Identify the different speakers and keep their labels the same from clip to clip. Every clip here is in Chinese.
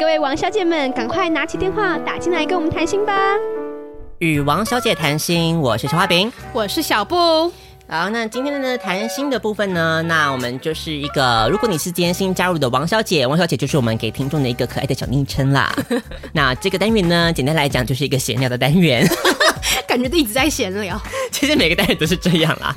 Speaker 1: 各位王小姐们，赶快拿起电话打进来跟我们谈心吧。
Speaker 2: 与王小姐谈心，我是小花饼。
Speaker 3: 我是小布，
Speaker 2: 好，那今天呢谈心的部分呢，那我们就是一个，如果你是今天新加入的王小姐，王小姐就是我们给听众的一个可爱的小昵称 啦。那这个单元呢，简单来讲就是一个闲聊的单 元，
Speaker 3: 感觉都一直在闲聊。
Speaker 2: 其实每个单元都是这样啦。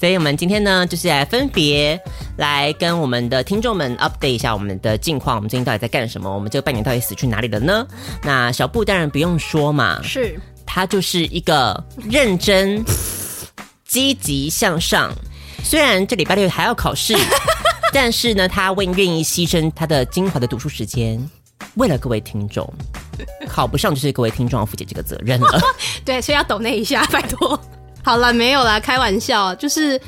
Speaker 2: 所以我们今天呢，就是来分别来跟我们的听众们 update 一下我们的近况，我们最近到底在干什么，我们这个半年到底死去哪里了呢？那小布当然不用说嘛，
Speaker 3: 是，
Speaker 2: 他就是一个认 真、积极向上。虽然这礼拜六还要考 试，但是呢，他为愿意牺牲他的精华的读书时间，为了各位听众。考不上就是各位听众要负起这个责任 了。
Speaker 3: 对，所以要抖那一下，拜托。好了，没有啦，开玩笑，就是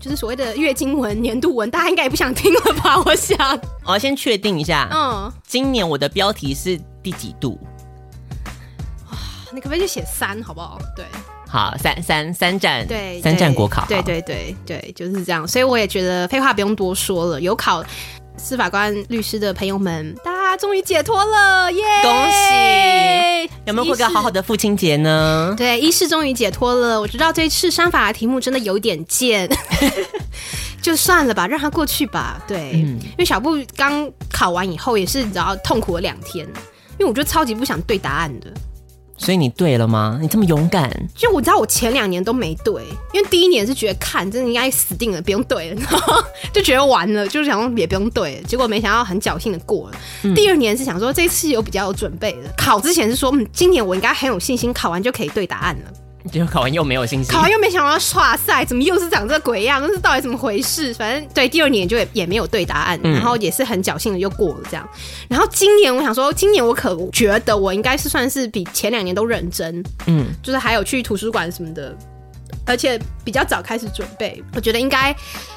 Speaker 3: 就是所谓的月经文、年度文，大家应该也不想听了吧？ 我想，
Speaker 2: 我要先确定一下，
Speaker 3: 嗯，
Speaker 2: 今年我的标题是第几度？
Speaker 3: 你可不可以就写三，好不好？对
Speaker 2: 好，三三三战，
Speaker 3: 对，
Speaker 2: 三
Speaker 3: 对
Speaker 2: 战国考，
Speaker 3: 对，对对对，就是这样。所以我也觉得废话不用多说了，有考司法官、律师的朋友们，大家终于解脱了，耶！
Speaker 2: 恭有没有过个好好
Speaker 3: 的？
Speaker 2: 的父亲节呢？
Speaker 3: 对，一是终于解脱了。我知道这次删法的题目真的有点贱，就算了吧，让它过去吧。对，因为小布刚考完以后也是，你知道痛苦了两天，因为我就超级不想对答案的。
Speaker 2: 所以你对了吗？你这么勇敢，
Speaker 3: 就我知道我前两年都没对，因为第一年是觉得看真的应该死定了，不用对了，然后就觉得完了，就是想说也不用对了。结果没想到很侥幸的过了。第二年是想说这次有比较有准备的，考之前是说嗯，今年我应该很有信心，考完就可以对答案了。
Speaker 2: 结果考完又没有信心
Speaker 3: 考，完又没想到，哇塞，怎么又是长这鬼样？这到底怎么回事？反正对，第二年就也也没有对答案，然后也是很侥幸的又过了这样。然后今年我想说，今年我可觉得我应该是算是比前两年都认真，
Speaker 2: 嗯，
Speaker 3: 就是还有去图书馆什么的，而且比较早开始准备。我觉得应该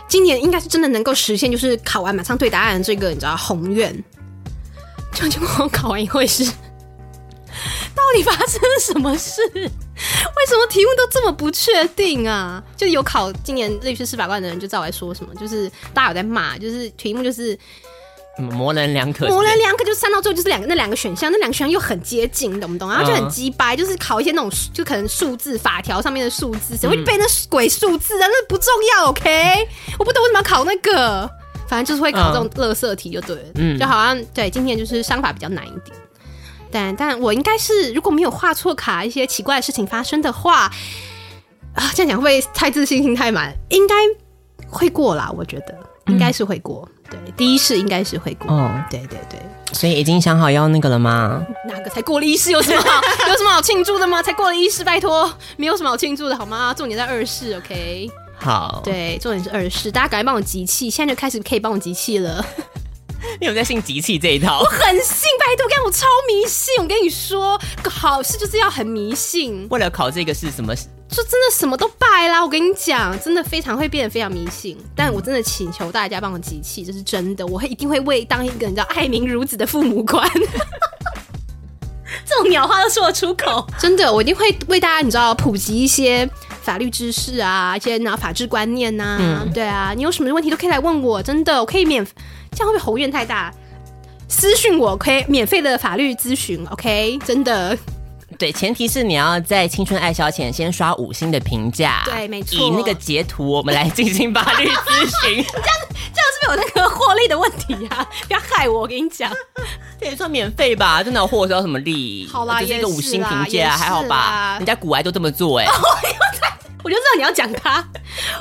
Speaker 3: 今年应该是真的能够实现，就是考完马上对答案的这个你知道宏愿。就结果我考完以后也是， 到底发生了什么事？为什么题目都这么不确定啊？就有考今年律师司法官的人就知道我在说什么，就是大家有在骂，就是题目就是
Speaker 2: 嗯模棱两可，
Speaker 3: 模棱两可，就是删到最后就是两个那两个选项，那两个选项又很接近，你懂不懂？
Speaker 2: 嗯
Speaker 3: 然后就很鸡掰，就是考一些那种就可能数字法条上面的数字，谁会背那鬼数字啊？那不重要，OK？我不懂为什么要考那个，反正就是会考这种乐色题就对了，
Speaker 2: 嗯
Speaker 3: 就好像对今天就是商法比较难一点。但但我应该是，如果没有画错卡，一些奇怪的事情发生的话，啊，这样讲会不会太自信心太满，应该会过啦，我觉得应该是会过。对，第一试应该是会过。
Speaker 2: 哦
Speaker 3: 对对对，
Speaker 2: 所以已经想好要那个了吗？
Speaker 3: 哪个才过了一试有什么 好有什么好庆祝的吗？才过了一试，拜托，没有什么好庆祝的好吗？重点在二试，OK？
Speaker 2: 好，，
Speaker 3: 对，重点是二试，大家赶快帮我集气，现在就开始可以帮我集气 了。
Speaker 2: 你有在信集气这一套？
Speaker 3: 很信，拜托，看我超迷信，我跟你说，好事就是要很迷信，
Speaker 2: 为了考这个是什么？
Speaker 3: 就真的什么都拜啦。我跟你讲，真的非常会变得非常迷信，但我真的请求大家帮我集气，这是真的，我会一定会为当一个你知道爱民如子的父母官。这种鸟话都说得出口，真的，我一定会为大家，你知道，普及一些法律知识啊，一些然后法治观念呐、对啊，你有什么问题都可以来问我，真的，我可以免，这样会不会宏愿太大？私讯我，OK，免费的法律咨询，OK，真的，
Speaker 2: 对，前提是你要在青春爱消前先刷五星的评价，
Speaker 3: 对没错
Speaker 2: 以那个截图我们来进行法律咨询，
Speaker 3: 这样是不是有那个获利的问题啊？ 不要害我，我跟你讲，
Speaker 2: 这也算免费吧？这哪有获得到什么利？
Speaker 3: 好啦
Speaker 2: 这是一个
Speaker 3: 也是
Speaker 2: 五星评
Speaker 3: 啦也
Speaker 2: 价，还好
Speaker 3: 是
Speaker 2: 吧？
Speaker 3: 啦
Speaker 2: 人家古埃都这么 做哎、
Speaker 3: 我就知道你要讲他，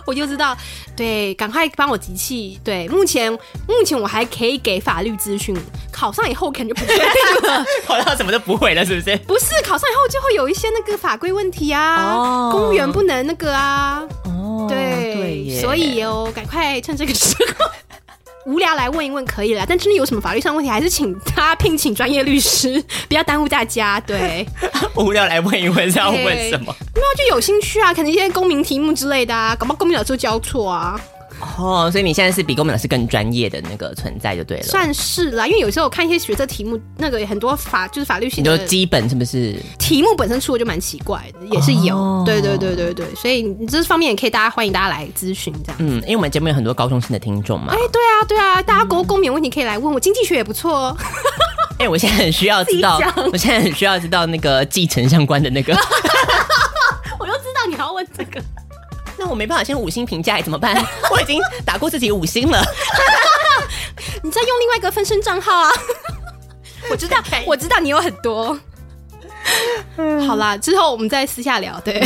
Speaker 3: 我就知道，对，赶快帮我集气。对，目前目前我还可以给法律咨询，考上以后感觉不确定 了。
Speaker 2: 考到什么都不会了，是不是？
Speaker 3: 不是考上以后就会有一些那个法规问题啊，
Speaker 2: 哦
Speaker 3: 公务员不能那个啊，
Speaker 2: 哦，耶
Speaker 3: 所以哦，赶快趁这个时候无聊来问一问可以了。但真的有什么法律上的问题，还是请他聘请专业律师， 不要耽误大家。对，
Speaker 2: 无聊来问一问是要问什么？
Speaker 3: 没有就有兴趣啊，可能一些公民题目之类的啊，搞不好公民老师会教错啊，
Speaker 2: 哦，所以你现在是比公民老师更专业的那个存在就对了，
Speaker 3: 算是啦。因为有时候我看一些学测题目，那个很多法就是法律系
Speaker 2: 你就
Speaker 3: 的
Speaker 2: 基本是不是？
Speaker 3: 题目本身出的就蛮奇怪的，也是有。
Speaker 2: 哦
Speaker 3: 对对对对对，所以你这方面也可以大家欢迎大家来咨询这样。
Speaker 2: 嗯，因为我们节目有很多高中生的听众嘛
Speaker 3: 哎哎、，对啊，对啊，大家公公民问题可以来问我，经济学也不错哦。
Speaker 2: 哎、我现在很需要知道
Speaker 3: 自己讲，
Speaker 2: 我现在很需要知道那个 继承相关的那个。
Speaker 3: 我就知道你要问这个。
Speaker 2: 那我没办法先五星评价，怎么办？ 我已经打过自己五星 了。
Speaker 3: 你再用另外一个分身账号啊！ 我 知道，我知道你有很多。好啦，之后我们再私下聊。 对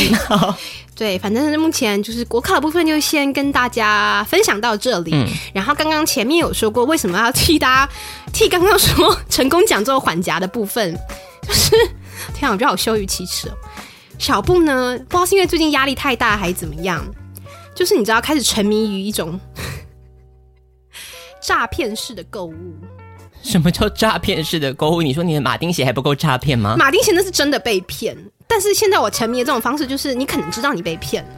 Speaker 3: 对，反正目前就是国考的部分，就先跟大家分享到这里。然后刚刚前面有说过，为什么要替大家替刚刚说成功讲座缓夹的部分，就是 天啊，我觉得好羞于启齿哦。小布呢，不知道是因为最近压力太大还是怎么样，就是你知道开始沉迷于一种诈骗式的购物。
Speaker 2: 什么叫诈骗式的购物？你说你的马丁鞋还不够诈骗吗？
Speaker 3: 马丁鞋那是真的被骗，但是现在我沉迷的这种方式就是，你可能知道你被骗了，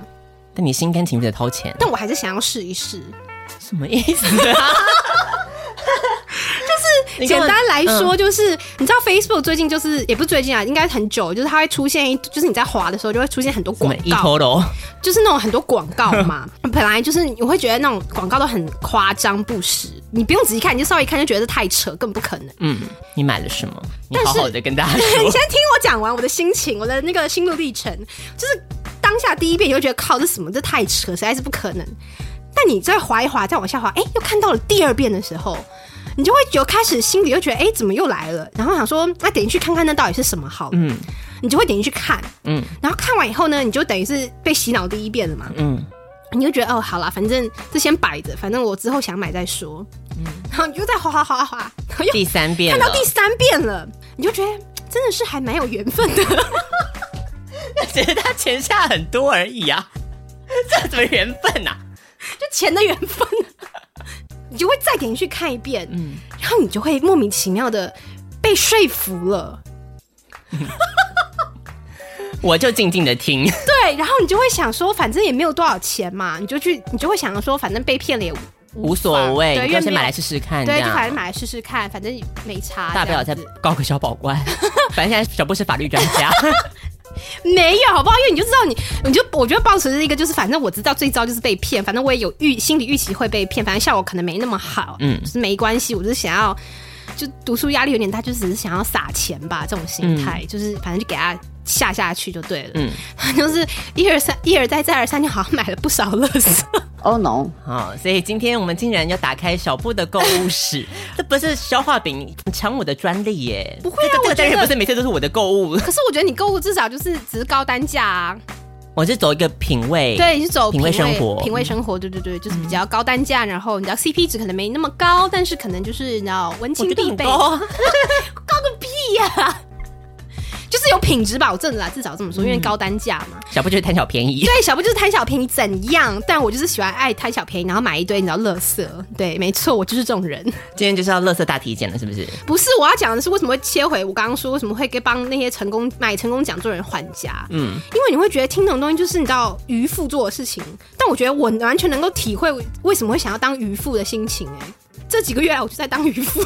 Speaker 2: 但你心甘情愿的掏钱，
Speaker 3: 但我还是想要试一试。
Speaker 2: 什么意思啊？就是
Speaker 3: 简单来
Speaker 2: 嗯
Speaker 3: 说，就是、你知道 Facebook 最近就是也不是最近啊，应该很久，就是它会出现一，就是你在滑的时候就会出现很多
Speaker 2: 我
Speaker 3: 广
Speaker 2: 们一
Speaker 3: 告，
Speaker 2: 头楼，
Speaker 3: 就是那种很多广告嘛。本来就是你会觉得那种广告都很夸张不实，你不用仔细看，你就稍微一看就觉得这太扯，根本不可能。
Speaker 2: 嗯，你买了什么？你
Speaker 3: 但是
Speaker 2: 好好的跟大家
Speaker 3: 你
Speaker 2: 说
Speaker 3: 先听我讲完我的心情，我的那个心路历程，就是当下第一遍你会觉得靠，这什么，这太扯，实在是不可能。但你再滑一滑，再往下滑，哎、又看到了第二遍的时候，你就会有开始心里又觉得，哎、怎么又来了？然后想说，那点进去看看那到底是什么好了，
Speaker 2: 嗯
Speaker 3: 你就会点进去看，
Speaker 2: 嗯
Speaker 3: 然后看完以后呢，你就等于是被洗脑第一遍了嘛，
Speaker 2: 嗯，
Speaker 3: 你就觉得哦，好啦，反正这先摆着，反正我之后想买再说，
Speaker 2: 嗯
Speaker 3: 然后你就再滑滑滑滑滑，然后又
Speaker 2: 第三遍
Speaker 3: 看
Speaker 2: 了
Speaker 3: 到第三遍了，你就觉得真的是还蛮有缘分 的。
Speaker 2: 只是他钱下很多而已啊， 这有什么缘分啊？
Speaker 3: 就钱的缘分，你就会再点进去看一遍，
Speaker 2: 嗯
Speaker 3: 然后你就会莫名其妙的被说服了，
Speaker 2: 我就静静的听，
Speaker 3: 对，然后你就会想说，反正也没有多少钱嘛，你就去，你就会想说，反正被骗了也无
Speaker 2: 无所谓，
Speaker 3: 对，
Speaker 2: 你
Speaker 3: 因为
Speaker 2: 就先
Speaker 3: 没有
Speaker 2: 买来试试看，这
Speaker 3: 对，就反
Speaker 2: 样
Speaker 3: 正买来试试看，反正也没差，
Speaker 2: 哦大不了再
Speaker 3: 这样子
Speaker 2: 告个小保官。 反正现在小布是法律专家，
Speaker 3: 没有，好不好？因为你就知道你，你就我觉得抱持着一个就是，反正我知道最糟就是被骗，反正我也有预心理预期会被骗，反正效果可能没那么好，嗯
Speaker 2: 嗯，
Speaker 3: 就是没关系，我就是想要。就读书压力有点大，就只是想要撒钱吧，这种心态、就是反正就给他下下去就对了。嗯
Speaker 2: 嗯，
Speaker 3: 就是一而三，一而再，再而三，就好像买了不少乐色。
Speaker 2: 嗯
Speaker 4: Oh no！
Speaker 2: 好，所以今天我们竟然要打开小布的购物室， 这不是消化饼抢我的专利耶？
Speaker 3: 不会啊
Speaker 2: 这个这
Speaker 3: 我
Speaker 2: 个
Speaker 3: 觉
Speaker 2: 单
Speaker 3: 得
Speaker 2: 元不是每次都是我的购物，
Speaker 3: 可是我觉得你购物至少就是只是高单价啊，
Speaker 2: 我是走一个品味，
Speaker 3: 对，你是走
Speaker 2: 品味生活嗯
Speaker 3: 品味生活，对对对，就是比较高单价，然后你知道 CP 值可能没那么高，但是可能就是你知道文
Speaker 2: 我
Speaker 3: 青
Speaker 2: 觉得
Speaker 3: 必
Speaker 2: 很
Speaker 3: 备。
Speaker 2: 高啊。
Speaker 3: 高个屁呀、 就是有品质保证啦，至少这么说，因为高单价嘛。
Speaker 2: 小布就是贪小便 宜，
Speaker 3: 对，小布就是贪小便宜怎样？但我就是喜欢爱贪小便宜，然后买一堆你知道垃圾。对，没错，我就是这种人。
Speaker 2: 今天就是要乐色大体检了，是不是？
Speaker 3: 不是我要讲的是为什么会切回我刚刚说为什么会给帮那些成功买成功讲座的人还价，嗯，因为你会觉得听那种东西就是你知道渔夫做的事情，但我觉得我完全能够体会为什么会想要当渔夫的心情、哎，这几个月来我就在当渔夫、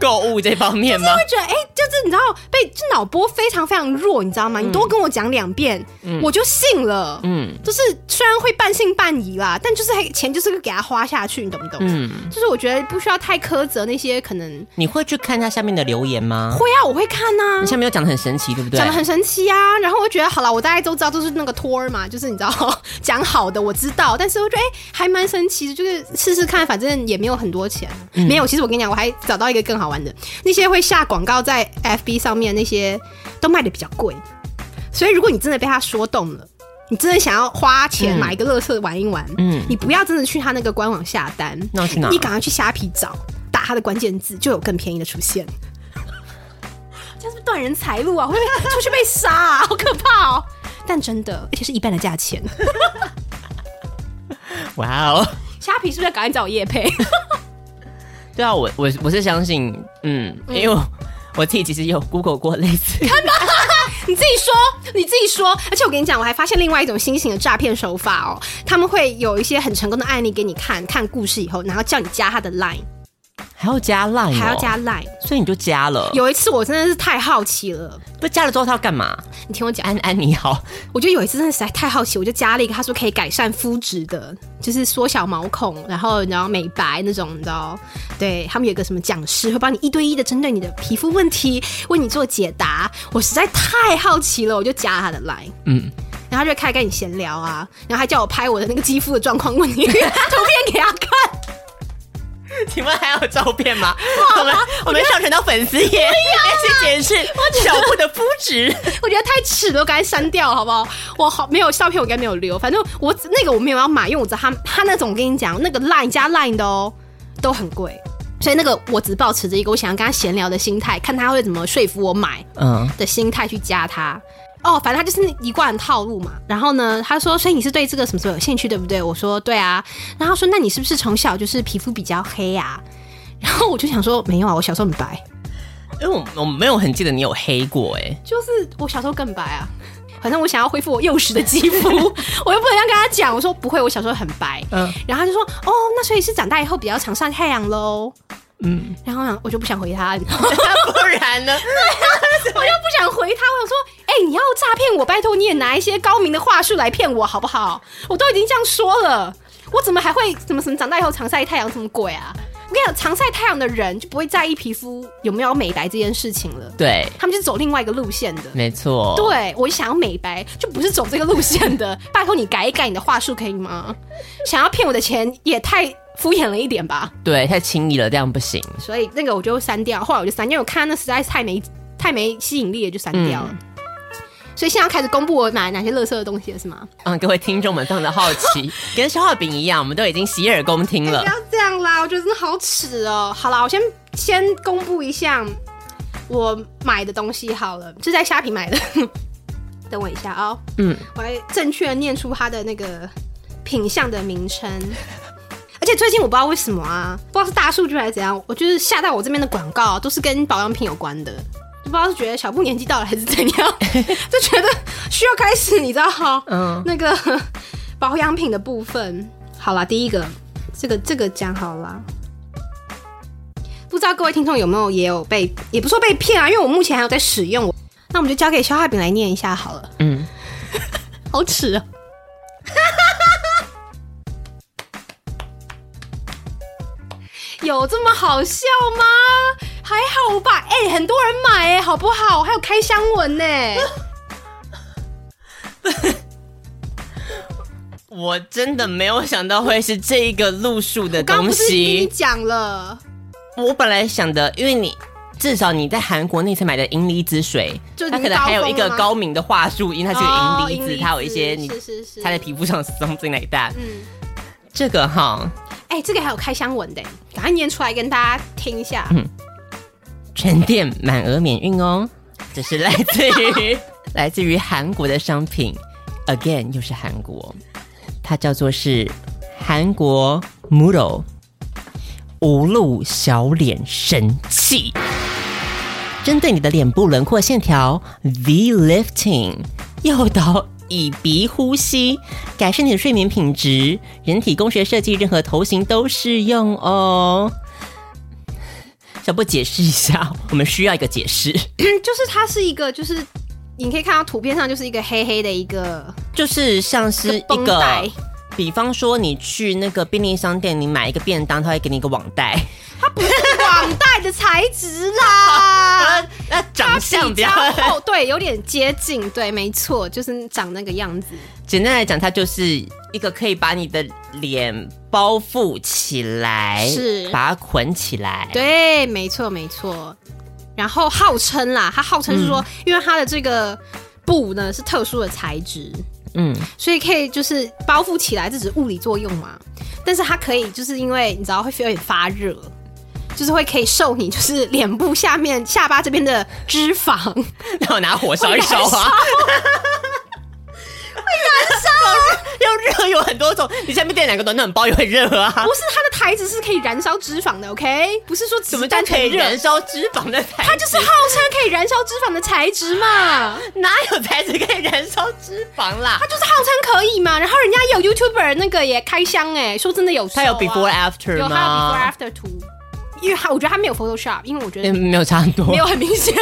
Speaker 2: 购物这方面吗？
Speaker 3: 觉得哎、就是你知道被这脑波非常非常弱，你知道吗？你多跟我讲两遍，我就信了。嗯
Speaker 2: 嗯，
Speaker 3: 就是虽然会半信半疑啦，但就是还哎钱就是给他花下去，你懂不懂？嗯，就是我觉得不需要太苛责那些可能
Speaker 2: 你会去看一下下面的留言吗？
Speaker 3: 会啊，我会看呐、
Speaker 2: 下面有讲的很神奇，对不对？
Speaker 3: 讲的很神奇啊，然后我就觉得好了，我大概都知道，就是那个托儿嘛， 就是你知道讲好的我知道，但是我觉得哎、还蛮神奇的，就是试试看，反正也没有很多钱，没有。其实我跟你讲，我还找到一个更好玩的，那些会下广告在 FB 上面那些都卖的比较贵，所以如果你真的被他说动了。你真的想要花钱买一个乐色玩一玩，嗯
Speaker 2: 嗯，
Speaker 3: 你不要真的去他那个官网下单，
Speaker 2: 那去哪
Speaker 3: 你赶快去虾皮找，打它的关键字，就有更便宜的出现。这样是不是断人财路啊？会不会出去被杀、啊？好可怕哦！但真的，而且是一半的价钱。
Speaker 2: 哇哦！
Speaker 3: 虾皮是不是要赶紧找我叶配？
Speaker 2: 对啊，我我我是相信，嗯，因为我我自己其实有 Google 过类似，
Speaker 3: 你自己说，你自己说。而且我跟你讲，我还发现另外一种新型的诈骗手法哦，他们会有一些很成功的案例给你看看故事以后，然后叫你加他的 Line。
Speaker 2: 还要加 line，、哦
Speaker 3: 还要加，Line。
Speaker 2: 所以你就加了。
Speaker 3: 有一次我真的是太好奇了，
Speaker 2: 不加了之后他要干嘛？
Speaker 3: 你听我讲，
Speaker 2: 安安你好，
Speaker 3: 我觉得有一次真的实在太好奇，我就加了一个，他说可以改善肤质的，就是缩小毛孔，然后然后美白那种，你知道？对他们有一个什么讲师会帮你一对一的针对你的皮肤问题为你做解答，我实在太好奇了，我就加了他的 line。
Speaker 2: 嗯，
Speaker 3: 然后他就开始跟你闲聊啊，然后还叫我拍我的那个肌肤的状况问题 图片给他看，
Speaker 2: 请问还有照片吗？我们我们上传到粉丝 页，而且解释小布的肤质。
Speaker 3: 啊 我觉得太耻了，我赶快删掉了好不好？我好没有照片，我应该没有留，反正我只那个我没有要买，因为我知道他他那种我跟你讲，那个 line 加 line 的哦都很贵，所以那个我只保持着一个我想要跟他闲聊的心态，看他会怎么说服我买
Speaker 2: 嗯，
Speaker 3: 的心态去加他。哦，反正他就是一贯的套路嘛。然后呢，他说，所以你是对这个什么什么有兴趣，对不对？我说对啊。然后他说，那你是不是从小就是皮肤比较黑啊？然后我就想说，没有啊，我小时候很白。
Speaker 2: 因为我我没有很记得你有黑过哎、
Speaker 3: 就是我小时候更白啊。 反正我想要恢复我幼时的肌肤，我 又不能这样跟他讲，我说不会，我小时候很白。
Speaker 2: 嗯
Speaker 3: 然后他就说，哦，那所以是长大以后比较常晒太阳喽。
Speaker 2: 嗯，
Speaker 3: 然后呢我就不想回他， 你知道吗
Speaker 2: 不然呢？
Speaker 3: 我就不想回他。我想说，哎、你要诈骗我，拜托你也拿一些高明的话术来骗我好不好？我都已经这样说了，我怎么还会怎么什么长大以后常晒太阳什么鬼啊？我跟你讲，常晒太阳的人就不会在意皮肤有没有美白这件事情了，
Speaker 2: 对，
Speaker 3: 他们是走另外一个路线的。
Speaker 2: 没错。
Speaker 3: 对我想要美白，就不是走这个路线 的。拜托你改一改你的话术可以吗？想要骗我的钱也太敷衍了一点吧。
Speaker 2: 对，太轻易了，这样不行。
Speaker 3: 所以那个我就删掉，后来我就删，因为我看那实在是太没太没吸引力了，就删掉了。所以现在要开始公布我买哪些垃圾的东西了，是吗？
Speaker 2: 嗯，各位听众们非常的好 奇，跟消化饼一样，我们都已经洗耳恭听了
Speaker 3: 不。要这样啦，我觉得真的好耻哦、好啦，我先先公布一下我买的东西好了，是在虾皮买的。 等我一下哦、
Speaker 2: 嗯，
Speaker 3: 我来正确地念出它的那个品相的名称。 而且最近我不知道为什么啊，不知道是大数据还是怎样，我就是下到我这边的广告啊都是跟保养品有关的，就不知道是觉得小布年纪到了还是怎样， 就觉得需要开始，你知道哈，
Speaker 2: 嗯
Speaker 3: 嗯，那个 保养品的部分。好啦，第一个，这个这个讲好啦。不知道各位听众有没有也有被，也不说被骗啊，因为我目前还有在使用。那我们就交给肖化饼来念一下好了。
Speaker 2: 嗯，
Speaker 3: 好耻啊！ 有这么好笑吗？还好吧，哎、很多人买哎、好不好？还有开箱 文呢、
Speaker 2: 我真的没有想到会是这一个路数的
Speaker 3: 刚刚
Speaker 2: 东
Speaker 3: 不是跟你
Speaker 2: 西。
Speaker 3: 讲了，
Speaker 2: 我本来想的，因为你至少你在韩国那次买的银离子水，
Speaker 3: 就已
Speaker 2: 它
Speaker 3: 经
Speaker 2: 可能还有一个
Speaker 3: 高峰了吗
Speaker 2: 高明的话术，因为它
Speaker 3: 哦
Speaker 2: 是银离
Speaker 3: 银离
Speaker 2: 子，
Speaker 3: 子
Speaker 2: 它有一些你
Speaker 3: 是是是
Speaker 2: 擦在皮肤上 something like that。
Speaker 3: 嗯，
Speaker 2: 这个哈，
Speaker 3: 哎、这个还有开箱文的、赶快念出来跟大家听一下。
Speaker 2: 全店满额免运哦，这是来自于来自于韩国的商品，again 又是韩国，它叫做是韩国 Muro 无露小脸神器，针对你的脸部轮廓线条 V lifting，诱导以鼻呼吸，改善你的睡眠品质，人体工学设计任何头型都适用哦。小布解释一下，我们需要一个解释，
Speaker 3: 就是它是一个，就是你可以看到图片上就是一个黑黑的一个
Speaker 2: 就是像是一
Speaker 3: 绷带
Speaker 2: 个，比方说你去那个便利商店，你买一个便当，他会给你一个网袋，
Speaker 3: 网袋的材质 啦。
Speaker 2: 那长相比较
Speaker 3: 它啊 比较厚，对，有点接近，对，没错，就是长那个样子。
Speaker 2: 简单来讲，它就是一个可以把你的脸包覆起来，
Speaker 3: 是
Speaker 2: 把它捆起来，，
Speaker 3: 对，没错，没错。然后号称啦，它号称
Speaker 2: 嗯
Speaker 3: 是说，因为它的这个布呢是特殊的材质，
Speaker 2: 嗯，
Speaker 3: 所以可以就是包覆起来，这只是物理作用嘛。但是它可以就是因为你知道会有点发热，就是会可以受你就是脸部下面下巴这边的脂肪。
Speaker 2: 那我拿火烧一烧啊。 又 啊热有很多种，你下面垫两个暖暖包也会热啊
Speaker 3: 不。是它的材质是可以燃烧脂肪的，OK？不是说只
Speaker 2: 什么
Speaker 3: 是
Speaker 2: 叫
Speaker 3: 单
Speaker 2: 可
Speaker 3: 纯
Speaker 2: 以
Speaker 3: 热，
Speaker 2: 燃烧脂肪的材质？
Speaker 3: 它就是号称可以燃烧脂肪的材质 嘛，
Speaker 2: 哪有材质可以燃烧脂肪啦
Speaker 3: 它？就是号称可以嘛。然后人家有 YouTuber 那个也开箱哎、说真的有、啊，
Speaker 2: 它有 before after
Speaker 3: 有它有
Speaker 2: 吗
Speaker 3: before after 图。因为他我觉得他没有 Photoshop，因为我觉得
Speaker 2: 嗯，没有差很多，
Speaker 3: 没有 很明显。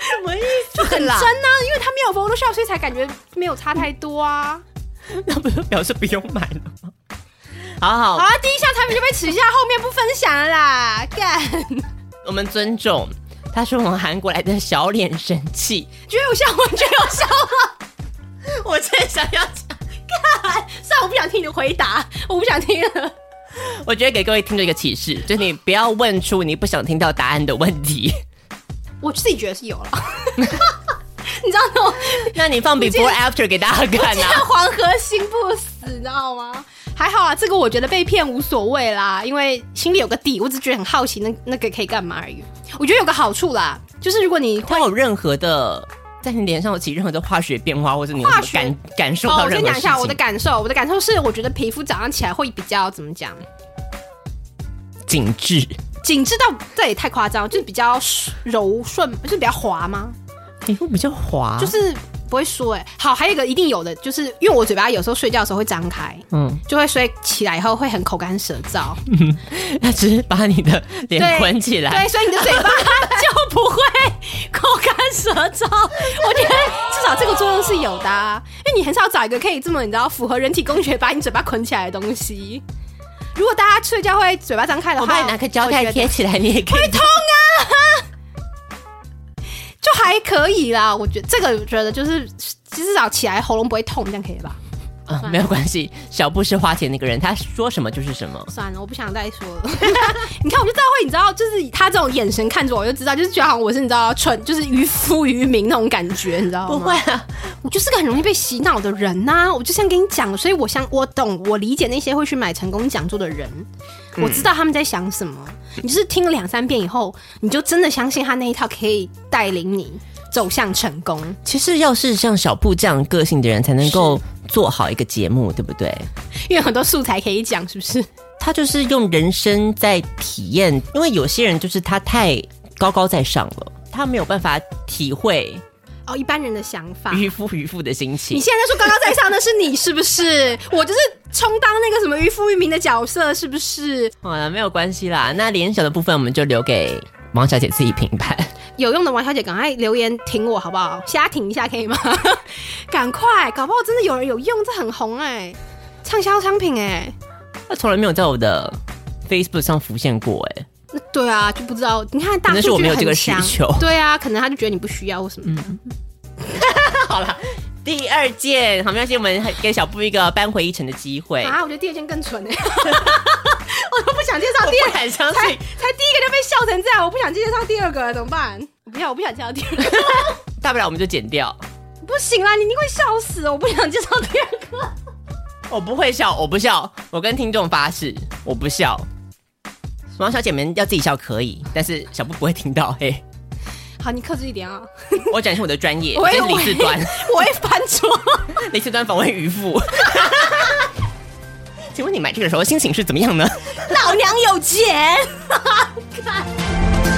Speaker 2: 什么意
Speaker 3: 就很真
Speaker 2: 啦
Speaker 3: 啊，因为他没有 Photoshop，所以才感觉没有差太多啊。
Speaker 2: 思，那不是表示不用买了吗？好好，
Speaker 3: 好啊，第一项产品就被耻下，后面不分享了啦，干，
Speaker 2: 我们尊重。他是从韩国来的小脸神 器，
Speaker 3: 觉得有效吗？觉得有效吗？
Speaker 2: 我真的想要讲，
Speaker 3: 干，算了，我不想听你的回答，我不想听 了。
Speaker 2: 我觉得给各位听众一个启示，就是你不要问出你不想听到答案的问 题。
Speaker 3: 我自己觉得是有了， 你知道那种
Speaker 2: 那你放 before after 给大家看啊。
Speaker 3: 像黄河心不死，你知道吗？还好啊，这个我觉得被骗无所谓啦，因为心里有个底，我只是觉得很好奇那那个可以干嘛而已。我觉得有个好处啦，就是如果你
Speaker 2: 它有任何的在你脸上有起任何的化学变化，或者你有什
Speaker 3: 化
Speaker 2: 么
Speaker 3: 学
Speaker 2: 感感受
Speaker 3: 哦，
Speaker 2: 到
Speaker 3: 我
Speaker 2: 任
Speaker 3: 先
Speaker 2: 何
Speaker 3: 讲
Speaker 2: 事
Speaker 3: 一
Speaker 2: 情？
Speaker 3: 下我的感受，我的感受是，我觉得皮肤早上起来会比较怎么讲，
Speaker 2: 紧致，
Speaker 3: 紧致到这也太夸张，就是比较柔顺，就是比较滑吗？
Speaker 2: 皮肤比较滑，
Speaker 3: 就是不会说哎、欸好，还有一个一定有的，就是因为我嘴巴有时候睡觉的时候会张开，
Speaker 2: 嗯，
Speaker 3: 就会所以起来以后会很口干舌燥，
Speaker 2: 它只是把你的脸
Speaker 3: 对
Speaker 2: 捆起来
Speaker 3: 对，。所以你的 嘴巴就不会口干舌燥。我觉得至少这个作用是有的、啊，因为你很少找一个可以这么你知道符合人体工学把你嘴巴捆起来的东西。如果大家睡觉会嘴巴张开的话，
Speaker 2: 我帮你拿个胶带贴起来，你也可以。
Speaker 3: 就还可以啦。我觉得这个我觉得就是至少起来喉咙不会痛，这样可以吧？
Speaker 2: 啊，没有关系，小布是花钱那个人，他说什么就是什么。
Speaker 3: 算了，我不想再说 了。你看，我就知道会，你知道，就是他这种眼神看着我，我就知道，就是觉得好像我是你知道蠢，就是渔夫渔民那种感觉，你知道
Speaker 2: 不
Speaker 3: 吗？
Speaker 2: 会啊，
Speaker 3: 我就是个很容易被洗脑的人呐、我就像跟你讲，所以我想我懂，我理解那些会去买成功讲座的人，我知道他们在想什么。你就是听了两三遍以后，你就真的相信他那一套可以带领你走向成功。
Speaker 2: 其实要是像小布这样个性的人，才能够做好一个节目，对不对？
Speaker 3: 因为很多素材可以讲，是不是？
Speaker 2: 他就是用人生在体验，因为有些人就是他太高高在上了，他没有办法体会
Speaker 3: 哦，一般人的想法。
Speaker 2: 渔夫渔妇的心情。
Speaker 3: 你现在在说高高在上，那是你是不是？我就是充当那个什么渔夫渔民的角色，是不是？
Speaker 2: 好了，没有关系啦。那脸小的部分我们就留给王小姐自己评判。
Speaker 3: 有用的王小姐，赶快留言挺我好不好？瞎挺一下可以吗？ 赶快，搞不好真的有人有用，这很红哎、畅销商品哎、
Speaker 2: 她从来没有在我的 Facebook 上浮现过、哎，
Speaker 3: 那对啊，就不知道。你看大
Speaker 2: 可能是
Speaker 3: 数
Speaker 2: 我
Speaker 3: 据
Speaker 2: 没有这个
Speaker 3: 很
Speaker 2: 需
Speaker 3: 强
Speaker 2: 求嗯
Speaker 3: 对啊，可能他就觉得你不需要或什么的。
Speaker 2: 好了，第二件，好，没关系，我们还给小布一个扳回一城的机会。
Speaker 3: 啊，我觉得第二件更蠢哎、 我都不想介绍
Speaker 2: 我
Speaker 3: 第二
Speaker 2: 不，敢相
Speaker 3: 才才第一
Speaker 2: 信，
Speaker 3: 个就被笑成这样，我不想介绍第二个，怎么办？我不要，我不想介绍第二个。
Speaker 2: 大不了我们就剪掉。
Speaker 3: 不行啦，你一定会笑死！我不想介绍第二个。
Speaker 2: 我不会笑，我不笑，我跟听众发誓，我不笑。王小姐们要自己笑可以，但是小布不会听到。嘿，
Speaker 3: 好，你克制一点啊！
Speaker 2: 我展现我的专业，
Speaker 3: 我
Speaker 2: 我
Speaker 3: 会
Speaker 2: 哎是李志 端，
Speaker 3: 我会翻桌。
Speaker 2: 李志端访问渔夫。 请问你买这个时候心情是怎么样呢？
Speaker 3: 老娘有钱，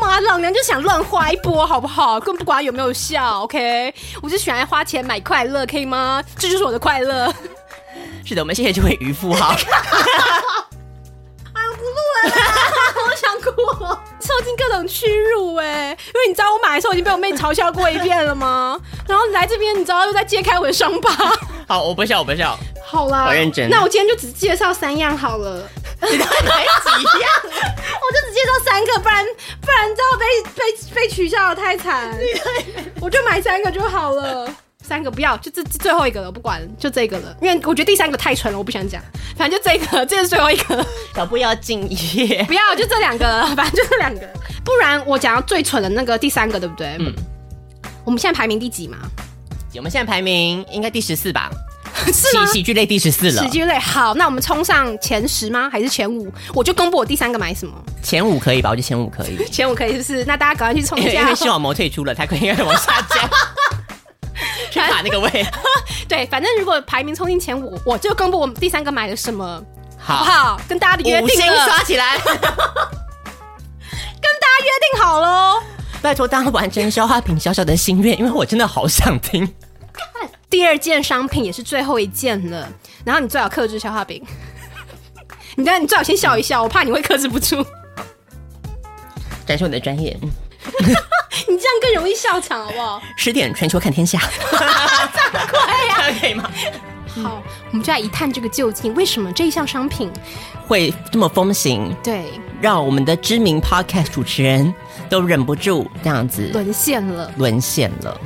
Speaker 3: 妈，老娘就想乱花一波，好不好？更不管有没有笑，OK？我就喜欢花钱买快乐，可以吗？这就是我的快乐。哎，
Speaker 2: 是的，我们谢谢这位渔夫 哈。
Speaker 3: 我不录了啦， 我想哭哦，受尽各种屈辱哎、因为你知道我买的时候已经被我妹嘲笑过一遍了吗？然后来这边，你知道又在揭开我的伤疤。
Speaker 2: 好，我不笑，我不笑。
Speaker 3: 好啦，
Speaker 2: 我认真
Speaker 3: 那我今天就只介绍三样好了，
Speaker 2: 你到底哪几样？
Speaker 3: 我就只介绍三个，不然不然这样被被被取笑的太 惨。我就买三个就好了，三个不要，就这这最后一个了，我不管了，就这个了，因为我觉得第三个太蠢了，我不想讲。反正就这个，这是最后一 个，
Speaker 2: 小布要敬业。
Speaker 3: 不要就这两个了， 反正就这两个。不然我讲到最蠢的那个第三个，对不对？
Speaker 2: 嗯
Speaker 3: 嗯。我们现在排名第 几嘛？
Speaker 2: 我们现在排名应该第十四吧？
Speaker 3: 是吗
Speaker 2: 喜？喜剧类第十四了
Speaker 3: 喜，剧类好，那我们冲上前十吗？还是前五？我就公布我第三个买什么。前
Speaker 2: 前五可以吧？我觉得前五可以，
Speaker 3: 前五可以是不哎是？那大家赶快去冲
Speaker 2: 因
Speaker 3: 一
Speaker 2: 为因
Speaker 3: 下
Speaker 2: 为视网膜退出了，才可以应该往下降，去卡那个位。
Speaker 3: 对，反正如果排名冲进前五，我就公布我们第三个买了什么，好
Speaker 2: 好
Speaker 3: 不，好？跟大家的约
Speaker 2: 五
Speaker 3: 定
Speaker 2: 星
Speaker 3: 了，
Speaker 2: 刷起来，
Speaker 3: 跟大家约定好喽。
Speaker 2: 拜托大家完成消化品小小的心愿，因为我真的好想听。
Speaker 3: 第二件商品也是最后一件了，然后你最好克制消化饼。 你但你最好先笑一笑，我怕你会克制不住，
Speaker 2: 展示我的专业。嗯
Speaker 3: 你这样更容易笑场，好不好？
Speaker 2: 十点全球看天下，
Speaker 3: 快呀、
Speaker 2: 可以吗？
Speaker 3: 好，我们就来一探这个究竟，为什么这一项商品
Speaker 2: 会这么风行，
Speaker 3: 对
Speaker 2: 让我们的知名 podcast 主持人都忍不住这样子
Speaker 3: 沦陷了？
Speaker 2: 沦陷了。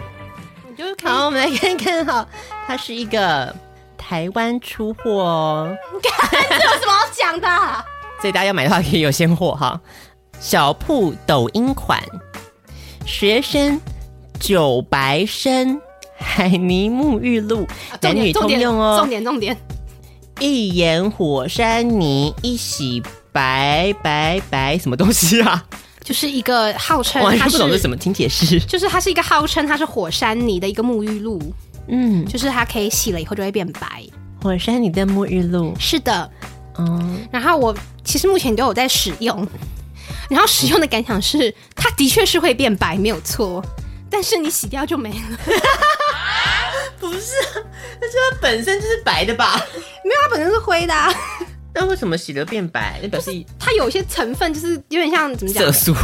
Speaker 3: 你就看
Speaker 2: 好，我们来看看哈，它是一个台湾出货哦，
Speaker 3: 这有什么好讲的、啊
Speaker 2: 所以大家要买的话可以有现货哈。小铺抖音款，学生九白生海泥沐浴露，男女通用哦
Speaker 3: 啊重。点重点，
Speaker 2: 一眼火山泥，一洗白白白，什么东西啊？
Speaker 3: 就是一个号称
Speaker 2: 我完
Speaker 3: 它
Speaker 2: 全不懂这
Speaker 3: 是
Speaker 2: 是什么，请解释。
Speaker 3: 就是它是一个号称它是火山泥的一个沐浴露，
Speaker 2: 嗯，
Speaker 3: 就是它可以洗了以后就会变白。
Speaker 2: 火山泥的沐浴露，
Speaker 3: 是的，
Speaker 2: 嗯，
Speaker 3: 然后我其实目前都有在使用，然后使用的感想是，它的确是会变白，没有错。但是你洗掉就没了，
Speaker 2: 不是，那是它本身就是白的吧？
Speaker 3: 没有，它本身是灰的、啊，
Speaker 2: 那为什么洗得变白？那表示
Speaker 3: 它有一些成分就是有点像怎么讲
Speaker 2: 色，素。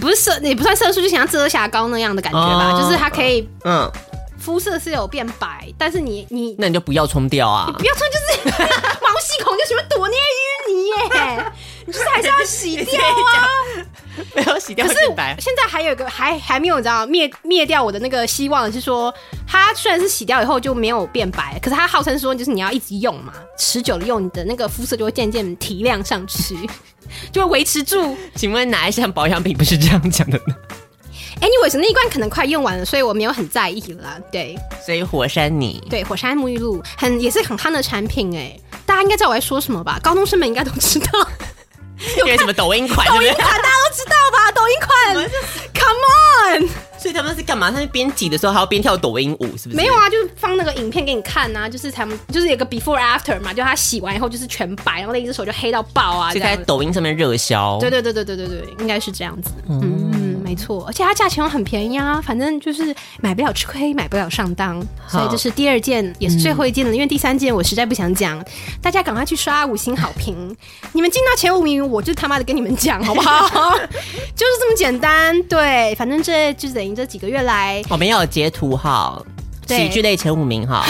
Speaker 3: 不是色，也不算色素，就像遮瑕膏那样的感觉吧，
Speaker 2: 哦
Speaker 3: 就是它可以
Speaker 2: 嗯，
Speaker 3: 肤色是有变白，但是你你
Speaker 2: 那你就不要冲掉啊
Speaker 3: 你！不要穿就是 毛细孔就什么躲那淤泥耶，你就是还是要洗掉啊。
Speaker 2: 没有洗掉
Speaker 3: 可是
Speaker 2: 变白，
Speaker 3: 现在还有一个还还没有你知道灭灭掉我的那个希望是说，它虽然是洗掉以后就没有变白，可是它号称说就是你要一直用嘛，持久的用，你的那个肤色就会渐渐提亮上去， 就会维持住。
Speaker 2: 请问哪一项保养品不是这样讲的呢？
Speaker 3: Anyways，那一罐可能快用完了，所以我没有很在意了。对，
Speaker 2: 所以火山 泥，
Speaker 3: 对，火山沐浴露很也是很夯的产品哎、大家应该知道我在说什么吧？高中生们应该都知道，
Speaker 2: 因为什么抖音款，
Speaker 3: 抖
Speaker 2: 对
Speaker 3: 音
Speaker 2: 不
Speaker 3: 款大家都知道吧？抖音款，Come on，
Speaker 2: 对？所以他们是干嘛？他们边挤的时候还要边跳抖音舞，是不是？
Speaker 3: 没有，啊，就是放那个影片给你看啊，就是他们就是有个 before after 嘛，就他洗完以后就是全白，然后那一只手就黑到爆
Speaker 2: 所
Speaker 3: 啊，这
Speaker 2: 以在
Speaker 3: 样子。
Speaker 2: 抖音上面热销。哦
Speaker 3: 对对对对对对对，应该是这样子。嗯嗯，没错，而且它价钱又很便宜啊，反正就是买不了吃亏，买不了上当，所以这是第二件，也是最后一件了。因为第三件我实在不想讲，大家赶快去刷五星好评，你们进到前五名，我就他妈的跟你们讲，好不好？就是这么简单。对，反正这就等于这几个月来，
Speaker 2: 我们要有截图哈，
Speaker 3: 对
Speaker 2: 喜剧类前五名 哈。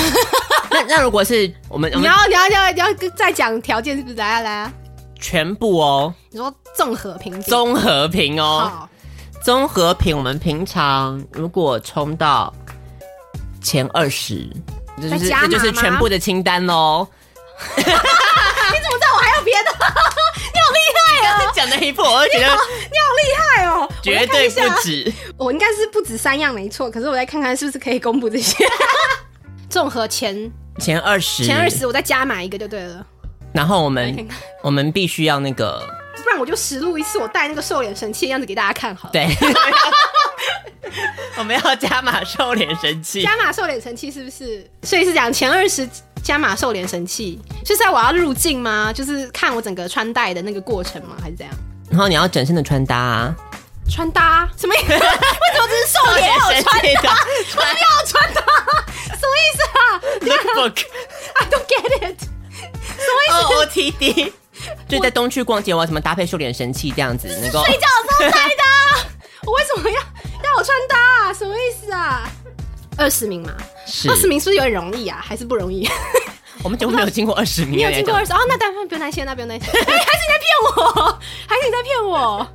Speaker 2: 那那如果是我们我
Speaker 3: 你
Speaker 2: 们
Speaker 3: 要你要你要你要再讲条件是不是？来啊来啊，
Speaker 2: 全部哦，
Speaker 3: 你说综合评比。
Speaker 2: 综合评哦，
Speaker 3: 好，
Speaker 2: 综合评我们平常如果冲到前二十，这就是
Speaker 3: 再加码
Speaker 2: 这就是
Speaker 3: 吗
Speaker 2: 全部的清单哦喽。
Speaker 3: 你怎么知道我还有别的？你好厉害啊！
Speaker 2: 讲的一副，我就觉 得
Speaker 3: 你好厉害哦！
Speaker 2: 绝对不止。
Speaker 3: 我应该是不止三样没错，可是我再看看是不是可以公布这 些。综合前
Speaker 2: 前二十，
Speaker 3: 前二十，，我再加买一个就对了，
Speaker 2: 然后我
Speaker 3: 看
Speaker 2: 们
Speaker 3: 看
Speaker 2: 我们必须要那个
Speaker 3: 不然我就实录一次，我带那个瘦脸神器的样子给大家看好了。，
Speaker 2: 对，我们要加码瘦脸神器。
Speaker 3: 加码瘦脸神器是不是？所以是讲前二十加码瘦脸神器，就是在我要入镜吗？就是看我整个穿戴的那个过程吗？还是怎样？
Speaker 2: 然后你要整身的穿搭、啊，
Speaker 3: 穿搭什么 意思？为什么只是瘦脸要有穿
Speaker 2: 神器的
Speaker 3: 我没有 穿搭？什么意思啊
Speaker 2: lookbook
Speaker 3: ？I don't get it。
Speaker 2: 哦 O O T D，就在东区逛街，我要怎么搭配瘦脸神器这样子能够？
Speaker 3: 睡觉的时候拍的啊，我为什么要要我穿搭啊？什么意思啊？二十名嘛，
Speaker 2: 是
Speaker 3: 二十名是不是有点容易啊？还是不容易？
Speaker 2: 我们节目没有经过二十名，
Speaker 3: 你有经过
Speaker 2: 来
Speaker 3: 二
Speaker 2: 讲
Speaker 3: 十哦？那当然不用担心，那不用 担心。哎还是你在骗我？还是你在骗我？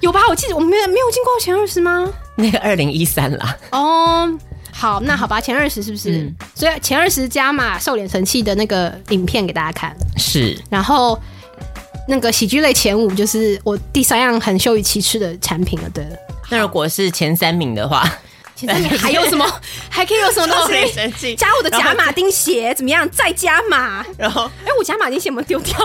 Speaker 3: 有吧？我记得我没有没有经过前二十吗？
Speaker 2: 那个二零一三啦，
Speaker 3: 哦、好，那好吧，前二十是不是？
Speaker 2: 嗯
Speaker 3: 所以前二十加码瘦脸神器的那个影片给大家看，
Speaker 2: 是
Speaker 3: 然后那个喜剧类前五就是我第三样很羞于启齿的产品了，对了。
Speaker 2: 那如果是前三名的 话，
Speaker 3: 其实你还有什么？ 还可以有什么
Speaker 2: 瘦脸
Speaker 3: 东 西？
Speaker 2: 神器
Speaker 3: 加我的假马丁鞋怎么样？再加码？
Speaker 2: 然后
Speaker 3: 哎、我假马丁鞋有没有丢 掉？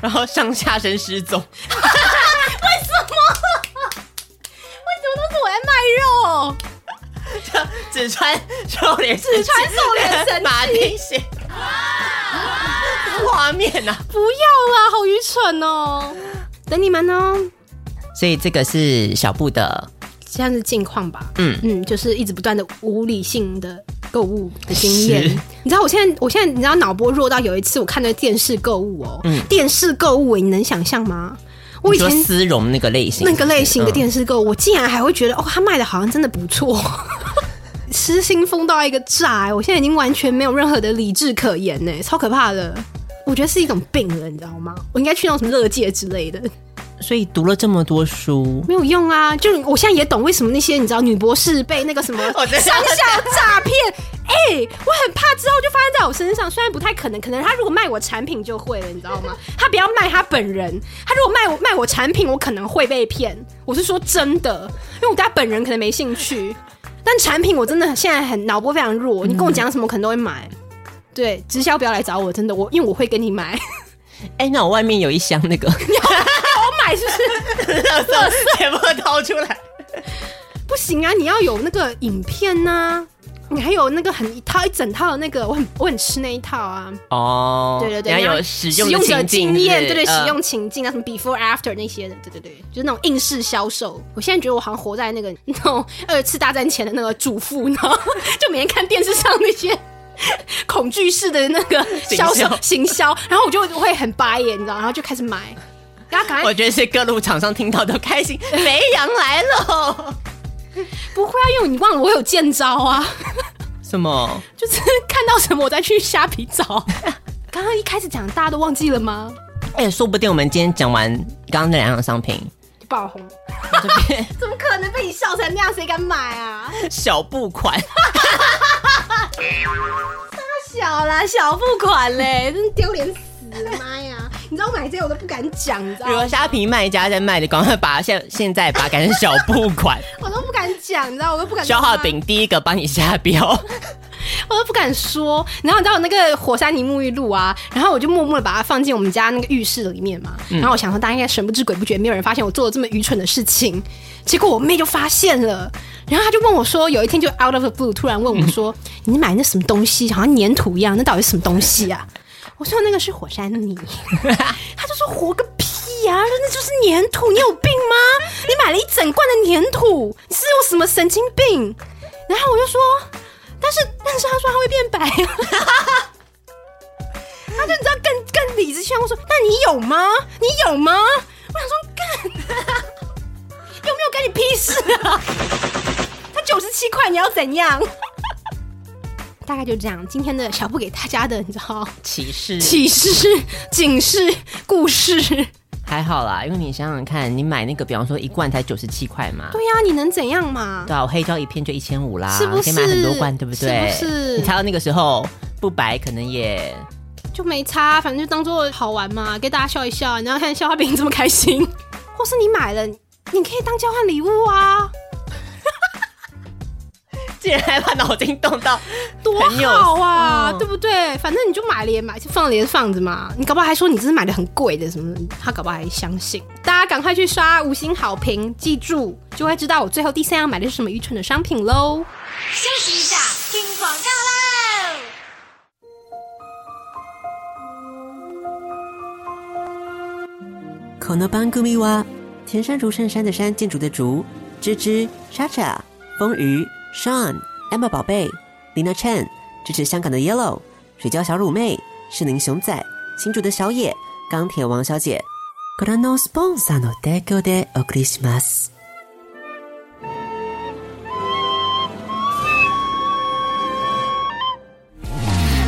Speaker 2: 然后上下身失踪，
Speaker 3: 为什么都是我在卖肉？
Speaker 2: 只 穿瘦脸神器，
Speaker 3: 只穿瘦脸神器
Speaker 2: 马丁鞋，画面啊！
Speaker 3: 不要啦，好愚蠢哦！等你们哦。
Speaker 2: 所以这个是小布的
Speaker 3: 现在是近况吧，
Speaker 2: 嗯
Speaker 3: 嗯，就是一直不断的无理性的购物的经验。你知道我现在，我现在你知道脑波弱到有一次我看那电视购物哦，电视购物你能想象吗？我以前
Speaker 2: 你说丝绒那个类型，
Speaker 3: 那个类型的
Speaker 2: 嗯
Speaker 3: 电视购物，我竟然还会觉得哦，他卖的好像真的不错， 失心疯到一个炸、欸！我现在已经完全没有任何的理智可言呢、超可怕的。我觉得是一种病了，你知道吗？我应该去那种什么乐界之类的，
Speaker 2: 嗯所以读了这么多书，
Speaker 3: 没有用啊！就是我现在也懂为什么那些你知道女博士被那个 什么
Speaker 2: 我知道
Speaker 3: 商校诈骗，哎、我很怕之后就发生在我身上。虽然不太可能，可能他如果卖我产品就会了，你知道 吗？他不要卖他本人，他如果卖我卖我产品，我可能会被骗。我是说真的，因为我对他本人可能没兴趣，但产品我真的现在很脑波非常弱，你跟我讲什么我可能都会买。对，直销不要来找我，真的，我因为我会跟你买，
Speaker 2: 哎，那我外面有一箱那个，
Speaker 3: 我买是不 是？
Speaker 2: 全部掏出来。
Speaker 3: 不行啊，你要有那个影片呐、你还有那个很一套一整套的那个，我很我很吃那一套啊。
Speaker 2: 哦，
Speaker 3: 对对对，
Speaker 2: 你
Speaker 3: 你
Speaker 2: 要
Speaker 3: 要
Speaker 2: 有使
Speaker 3: 用
Speaker 2: 用的
Speaker 3: 者
Speaker 2: 情境
Speaker 3: 经验，对对，
Speaker 2: 呃
Speaker 3: 使用情境啊，什么 before after 那些的，对对对，就是那种应试销售。我现在觉得我好像活在那个 那种二次大战前的那个主妇，然后就每天看电视上那些。 恐惧式的那个销售
Speaker 2: 行销
Speaker 3: 行销，然后我就会很白眼，你知道，然后就开始买，大家赶快
Speaker 2: 我觉得是各路厂商听到都开心， 肥羊来了。
Speaker 3: 不会啊，因为你忘了我有见招啊。
Speaker 2: 什么？
Speaker 3: 就是看到什么我再去虾皮找。 刚刚一开始讲，大家都忘记了吗？
Speaker 2: 哎、说不定我们今天讲完刚刚那两样商 品，
Speaker 3: 爆红，
Speaker 2: 这边
Speaker 3: 怎么可能被你笑成那样？谁敢买啊？
Speaker 2: 小布款，
Speaker 3: 小啦，小付款嘞， 真丢脸死了！妈呀，你知道我买这些我都不敢讲，你知道
Speaker 2: 如
Speaker 3: 吗
Speaker 2: 果虾皮卖家在卖的，赶快把它现现在把它改成小布 款，
Speaker 3: 我都不敢讲，啊你知道我都不敢。
Speaker 2: 消化，饼第一个帮你下标。
Speaker 3: 我都不敢说。然后你知道我那个火山泥沐浴露啊，然后我就默默的把它放进我们家那个浴室里面嘛。然后我想说，大家应该神不知鬼不觉，没有人发现我做了这么愚蠢的事情。结果我妹就发现了，然后她就问我说，有一天就 out of the blue 突然问我说，你买那什么东西，好像粘土一样，那到底是什么东西啊？我说那个是火山泥，她就说活个屁呀、她说那就是粘土，你有病吗？你买了一整罐的粘土，你是有什么神经病？然后我就说，但是但是他说他会变白啊，他就你知道更更理直气壮地说，那你有吗？你有吗？我想说干，有没有跟你屁事啊？他九十七块，你要怎样？大概就这样，今天的小布给大家的，你知道，
Speaker 2: 歧视
Speaker 3: 启示、警示、故事。
Speaker 2: 还好啦，因为你想想看，你买那个，比方说一罐才九十七块嘛，
Speaker 3: 对呀、你能怎样嘛？
Speaker 2: 对啊，我黑胶一片就一千五啦，
Speaker 3: 是不是
Speaker 2: 可以买很多罐，对不对？
Speaker 3: 是不是
Speaker 2: 你猜到那个时候不白可能也
Speaker 3: 就没差，反正就当做好玩嘛，给大家笑一笑。你要看笑话饼这么开心， 或是你买了，你可以当交换礼物啊，
Speaker 2: 竟然还把脑筋动到
Speaker 3: 多
Speaker 2: 很有
Speaker 3: 好啊，
Speaker 2: 嗯
Speaker 3: 对不对？反正你就买了也买，就放了也放着嘛。你搞不好还说你这是买的很贵的什么的，他搞不好还相信。大家赶快去刷五星好评，记住就会知道我最后第三样买的是什么愚蠢的商品喽。
Speaker 4: 休息一下，听广告喽。
Speaker 2: この番組は前山竹衬衫的山建筑的竹芝芝、莎莎、风鱼、Sean、Emma 宝贝、Lina Chen 支持香港的 Yellow、水饺小乳妹、是林熊仔、新竹的小野、钢铁王小姐。ご覧のスポンサーの提供でお送りします。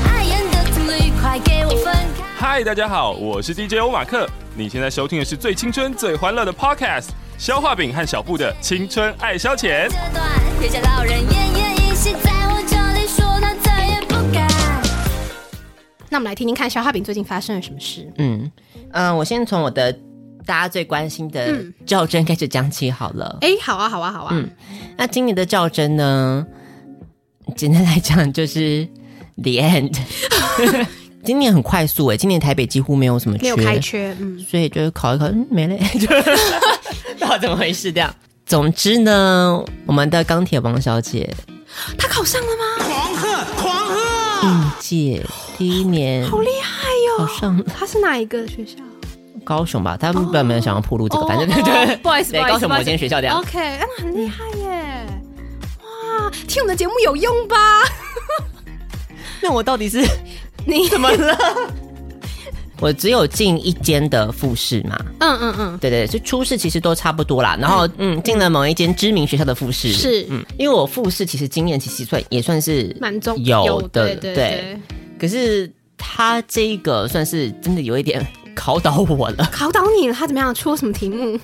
Speaker 4: 爱人的情侣，快给我分开。
Speaker 5: 嗨，大家好，我是 DJ 欧马克。你现在收听的是最青春、最欢乐的 Podcast《消化饼和小布的青春爱消
Speaker 4: 这》。
Speaker 5: 遣
Speaker 4: 段有些老人奄奄一息，在我这里说他再也不敢。
Speaker 3: 那我们来听听看消化饼最近发生了什么事。
Speaker 2: 嗯嗯、我先从我的大家最关心的较真开始讲起好了。
Speaker 3: 哎，好啊，好啊，好啊，
Speaker 2: 嗯那今年的较真呢，简单来讲就是 the end。今年很快速哎、今年台北几乎没有什么缺，
Speaker 3: 没有开缺，嗯，
Speaker 2: 所以就是考一考，嗯， 没了，就是不知道怎么回事这样。总之呢，我们的钢铁王小姐
Speaker 3: 他考上了吗？
Speaker 2: 应届第一年
Speaker 3: 啊好厉害哟、
Speaker 2: 考上了，
Speaker 3: 他是哪一个学校？
Speaker 2: 高雄吧，他们本没有想要铺路这个，反正
Speaker 3: 哦
Speaker 2: 对
Speaker 3: 哦
Speaker 2: 对，
Speaker 3: 不好意思，
Speaker 2: 对
Speaker 3: 不好意
Speaker 2: 高
Speaker 3: 思
Speaker 2: 雄
Speaker 3: 不好
Speaker 2: 某
Speaker 3: 意思
Speaker 2: 间学校这样。
Speaker 3: OK，那哎很厉害耶！哇，听我们的节目有用吧？ 哦
Speaker 2: 那我到底是
Speaker 3: 你怎么了？
Speaker 2: 我只有进一间的复试嘛？
Speaker 3: 嗯嗯嗯，
Speaker 2: 对对，对，就初试其实都差不多啦。然后嗯，进了某一间知名学校的复试，
Speaker 3: 是
Speaker 2: 嗯，因为我复试其实经验其实算也算是
Speaker 3: 蛮中
Speaker 2: 有的，
Speaker 3: 对
Speaker 2: 对
Speaker 3: 对对，
Speaker 2: 可是他这个算是真的有一点 考倒我了。
Speaker 3: 考倒你了，他怎么样？出了什么题目？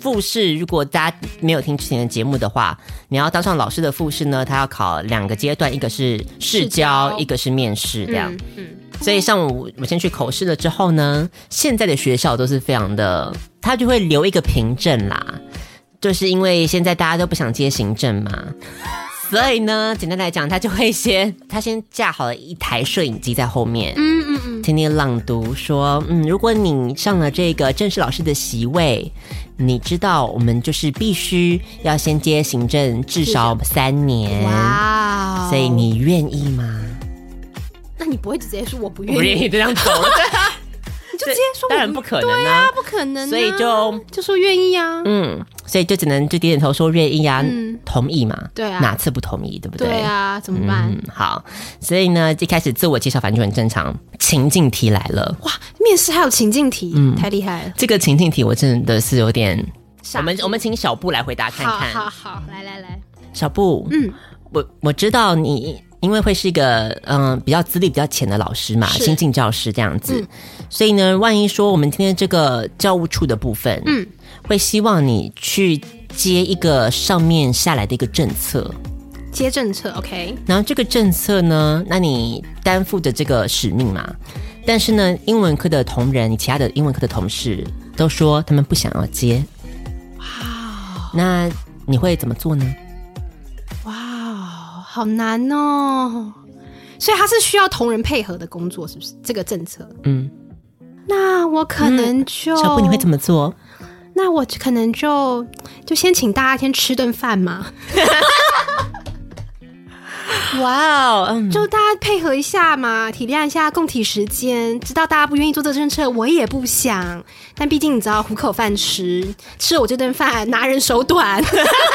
Speaker 2: 复试，如果大家没有听之前的节目的话，你要当上老师的复试呢，他要考两个阶段，一个是试
Speaker 3: 试教
Speaker 2: 教，一个是面试，这样。
Speaker 3: 嗯嗯，
Speaker 2: 所以像我我先去口试了之后呢，现在的学校都是非常的，他就会留一个凭证啦，就是因为现在大家都不想接行政 嘛。所以呢，简单来讲，他就会先他先架好了一台摄影机在后面，嗯嗯嗯，天天朗读说，嗯，如果你上了这个正式老师的席位，你知道我们就是必须要先接行政至少三年，
Speaker 3: 哇哦
Speaker 2: 嗯所以你愿意吗？
Speaker 3: 那你不会直接说我不愿
Speaker 2: 不愿
Speaker 3: 意，
Speaker 2: 意就这样走了。
Speaker 3: 你就直接说我
Speaker 2: 当然不可能啊
Speaker 3: 对啊，不可能啊，
Speaker 2: 所以就
Speaker 3: 就说愿意啊，
Speaker 2: 嗯，所以就只能就点点头说愿意啊，
Speaker 3: 嗯
Speaker 2: 同意嘛，
Speaker 3: 对啊
Speaker 2: 哪次不同意，对不对？
Speaker 3: 对啊，怎么办？
Speaker 2: 嗯，好，所以呢，一开始自我介绍反正就很正常，情境题来了。
Speaker 3: 哇，面试还有情境题，
Speaker 2: 嗯
Speaker 3: 太厉害了！
Speaker 2: 这个情境题我真的是有点，
Speaker 3: 傻
Speaker 2: 我们我们请小布来回答看
Speaker 3: 好
Speaker 2: 看。
Speaker 3: 好好，来来来，
Speaker 2: 小布，嗯，我我知道你因为会是一个嗯、比较资历比较浅的老师嘛，
Speaker 3: 是嗯
Speaker 2: 新进教师这样子，所以呢，万一说我们今天这个教务处的部分，嗯，会希望你去接一个上面下来的一个政策，
Speaker 3: 接政策，OK，
Speaker 2: 然后这个政策呢，那你担负着这个使命嘛，但是呢，英文科的同仁，你其他的英文科的同事都说他们不想要接，哇，那你会怎么做呢？
Speaker 3: 哇哦，好难哦！所以它是需要同仁配合的工作，是不是？这个政策，
Speaker 2: 嗯，
Speaker 3: 那我可能就、
Speaker 2: 小布，你会怎
Speaker 3: 么？
Speaker 2: 么做？
Speaker 3: 那我可能就就先请大家先吃顿饭嘛，
Speaker 2: 哇哦，嗯，
Speaker 3: 就大家配合一下嘛，体谅一下供体时间，知道大家不愿意做这个政策，我也不想。但毕竟你知道糊口饭吃，吃了我这顿饭拿人手短，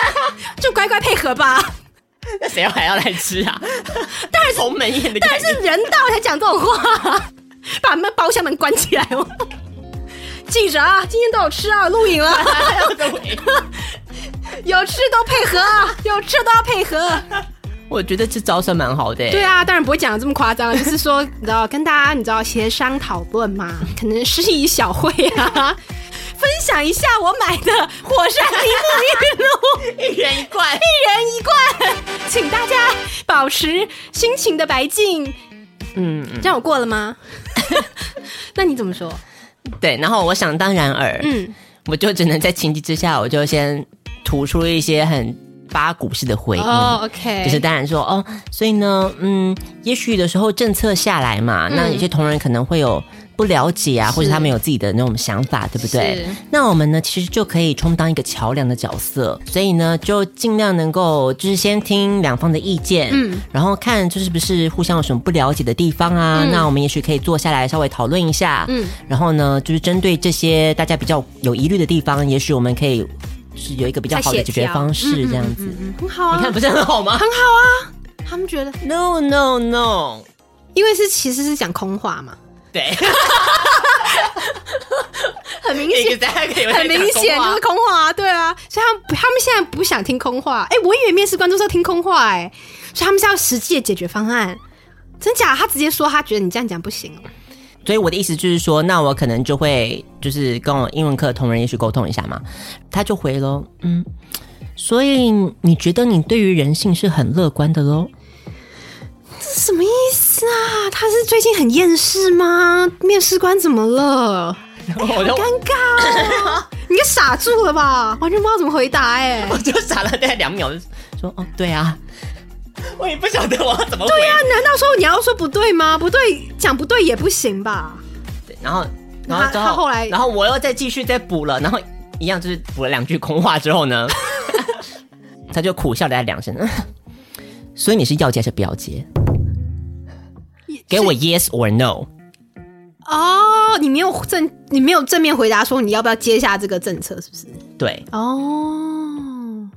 Speaker 3: 就乖乖配合吧。
Speaker 2: 那谁还要来吃啊？ 当然是鸿门宴的
Speaker 3: 当然是人道才讲这种话， 把门包厢门关起来哦。 记着啊，今天都有吃啊，录影了， 有吃都配合啊，有吃都要配合。
Speaker 2: 我觉得这招算蛮好的、欸
Speaker 3: 对，啊，当然不会讲的这么夸张，就是说，你知道，跟大家你知道协商讨论嘛，可能是一小会啊， 分享一下我买的火山梨 木玉露，一人一罐，一人一罐，请大家保持心情的白净。
Speaker 2: 嗯，
Speaker 3: 这样我过了吗？ 那你怎么说？
Speaker 2: 对。然后我想当然尔，
Speaker 3: 嗯，
Speaker 2: 我就只能在情急之下，我就先吐出一些很八股式的回应。
Speaker 3: 哦，OK，
Speaker 2: 就是当然说哦，所以呢，嗯，也许有的时候政策下来嘛，那有些同仁可能会有不了解啊，或者他们有自己的那种想法，对不对
Speaker 3: 是？
Speaker 2: 那我们呢，其实就可以充当一个桥梁的角色，所以呢，就尽量能够就是先听两方的意见，嗯，然后看就是不是互相有什么不了解的地方啊，那我们也许可以坐下来稍微讨论一下，嗯，然后呢，就是针对这些大家比较有疑虑的地方，也许我们可以。是有一个比较好的解决方式，这样子，
Speaker 3: 很好啊，
Speaker 2: 你看不是很好吗？
Speaker 3: 很好啊。他们觉得，
Speaker 2: No no no，
Speaker 3: 因为是其实是讲空话嘛，
Speaker 2: 对，
Speaker 3: 很明
Speaker 2: 一
Speaker 3: 显，
Speaker 2: 个大家可以
Speaker 3: 很明显就是空话啊，对啊，所以他们他们现在不想听空话。哎、我以为面试官都是要听空话、哎，所以他们是要实际的解决方案。真假？他直接说他觉得你这样讲不行哦。
Speaker 2: 所以我的意思就是说，那我可能就会就是跟我英文课的同仁也许沟通一下嘛，他就回喽，嗯，所以你觉得你对于人性是很乐观的喽？
Speaker 3: 这什么意思啊？他是最近很厌世吗？面试官怎么了？ 哎
Speaker 2: 我就
Speaker 3: 尴尬、哦，你应该傻住了吧？完全不知道怎么回答、哎，
Speaker 2: 我就傻了大概两秒，说哦对啊， 我也不晓得我要怎么回，对
Speaker 3: 那难道说你要说不对吗？不对，讲不对也不行吧？
Speaker 2: 然后然后
Speaker 3: 他
Speaker 2: 之
Speaker 3: 他后来
Speaker 2: 然后我又再继续再补了，然后一样就是补了两句空话之后 呢，他就苦笑了两声。 所以你是要接还是不要接？给我 yes or no。
Speaker 3: 哦。哦，你没有正，你没有正面回答说你要不要接下这个政策，是不是？
Speaker 2: 对，
Speaker 3: 哦，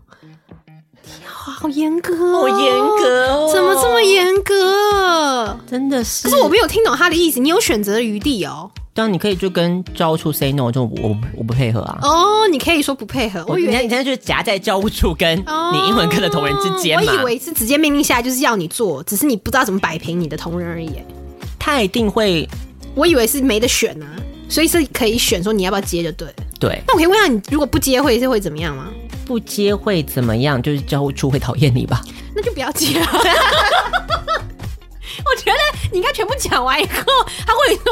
Speaker 3: 哇，好严格、哦，
Speaker 2: 好严格哦
Speaker 3: 怎么这么严格？
Speaker 2: 真的是。
Speaker 3: 可是我没有听懂他的意思，你有选择的余地哦。
Speaker 2: 当然你可以就跟教务处 say no，就我我我不配合啊。
Speaker 3: 哦，你可以说不配合，我
Speaker 2: 我
Speaker 3: 以
Speaker 2: 你看，
Speaker 3: 为
Speaker 2: 你现在就是夹在教务处跟
Speaker 3: 哦
Speaker 2: 你英文科的同仁之间嘛，
Speaker 3: 我以为是直接命令下来就是要你做，只是你不知道怎么摆平你的同仁而已。
Speaker 2: 他一定会
Speaker 3: 我以为是没得选啊，所以是可以选说你要不要接就对了。
Speaker 2: 对
Speaker 3: 那我可以问一下，你如果不接会是会怎么样吗？
Speaker 2: 不接会怎么样？就是教务处会讨厌你吧？
Speaker 3: 那就不要接了。啊 我觉得你应该全部讲完以后，他会说：“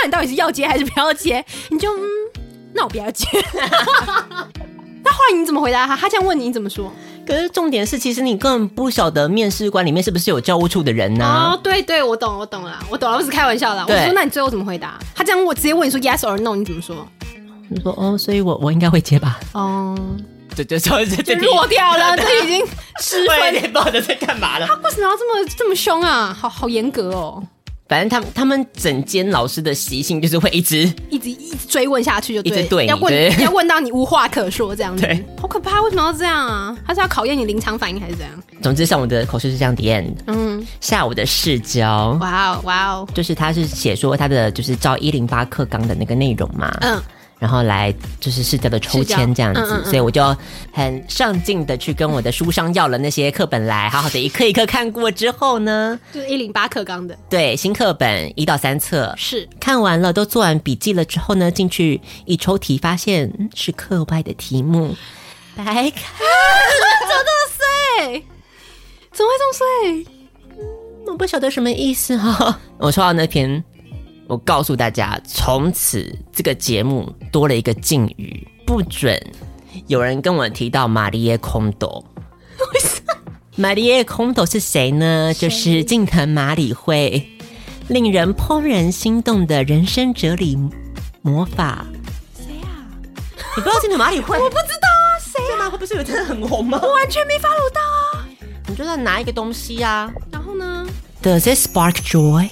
Speaker 3: 那你到底是要接还是不要接？”你就嗯，那我不要 接。那后来你怎么回答他？他这样问你，你怎么说？
Speaker 2: 可是重点是，其实你根本不晓得面试官里面是不是有教务处的人呢、
Speaker 3: 哦，对对，我懂，我懂了，我懂了，我只是开玩笑啦。我
Speaker 2: 啊对
Speaker 3: 说，那你最后怎么回答？他这样问我直接问你说 yes or no，你怎么说？
Speaker 2: 你说哦，所以我我应该会接吧？
Speaker 3: 哦、
Speaker 2: 这这这这
Speaker 3: 就
Speaker 2: 这
Speaker 3: 弱掉了，这已经失
Speaker 2: 我有
Speaker 3: 分。
Speaker 2: 点不知道在干嘛了。
Speaker 3: 为什么要这么这么凶啊？好好严格哦，
Speaker 2: 反正他们他们整间老师的习性就是会一直
Speaker 3: 一直一直追问下去就
Speaker 2: 一
Speaker 3: 对
Speaker 2: 直对你
Speaker 3: 要问
Speaker 2: 对
Speaker 3: 要问到你无话可说这样子
Speaker 2: 对，
Speaker 3: 好可怕！为什么要这样啊？他是要考验你临场反应还是怎样？
Speaker 2: 总之，上午的口试是这样 the end，
Speaker 3: 嗯，
Speaker 2: 下午的试教。
Speaker 3: 哇哦哇哦，
Speaker 2: 就是他是写说他的就是照一零八课纲的那个内容嘛，
Speaker 3: 嗯，
Speaker 2: 然后来就是试教的抽签这样子，
Speaker 3: 试教嗯嗯嗯
Speaker 2: 所以我就很上进的去跟我的书商要了那些课本来，好好的一课一课看过之后呢，
Speaker 3: 就是一零八课纲的，
Speaker 2: 对新课本一到三册
Speaker 3: 是
Speaker 2: 看完了，都做完笔记了之后呢，进去一抽题，发现嗯是课外的题目，白看，
Speaker 3: 对，哎怎么会这么碎？
Speaker 2: 我不晓得什么意思哈、 我抽到那篇，我告诉大家，从此这个节目多了一个禁语，不准有人跟我提到玛丽耶空斗。玛丽耶空斗是谁呢？就是近藤麻里惠，令人怦然心动的人生哲理魔法。
Speaker 3: 谁啊？
Speaker 2: 你不知道近藤麻里惠？
Speaker 3: 我不知道啊，谁啊
Speaker 2: 干嘛会不是有真的很红吗？
Speaker 3: 完全没 follow 到啊？
Speaker 2: 你就在拿一个东西啊。
Speaker 3: 然后呢？
Speaker 2: Does it spark joy？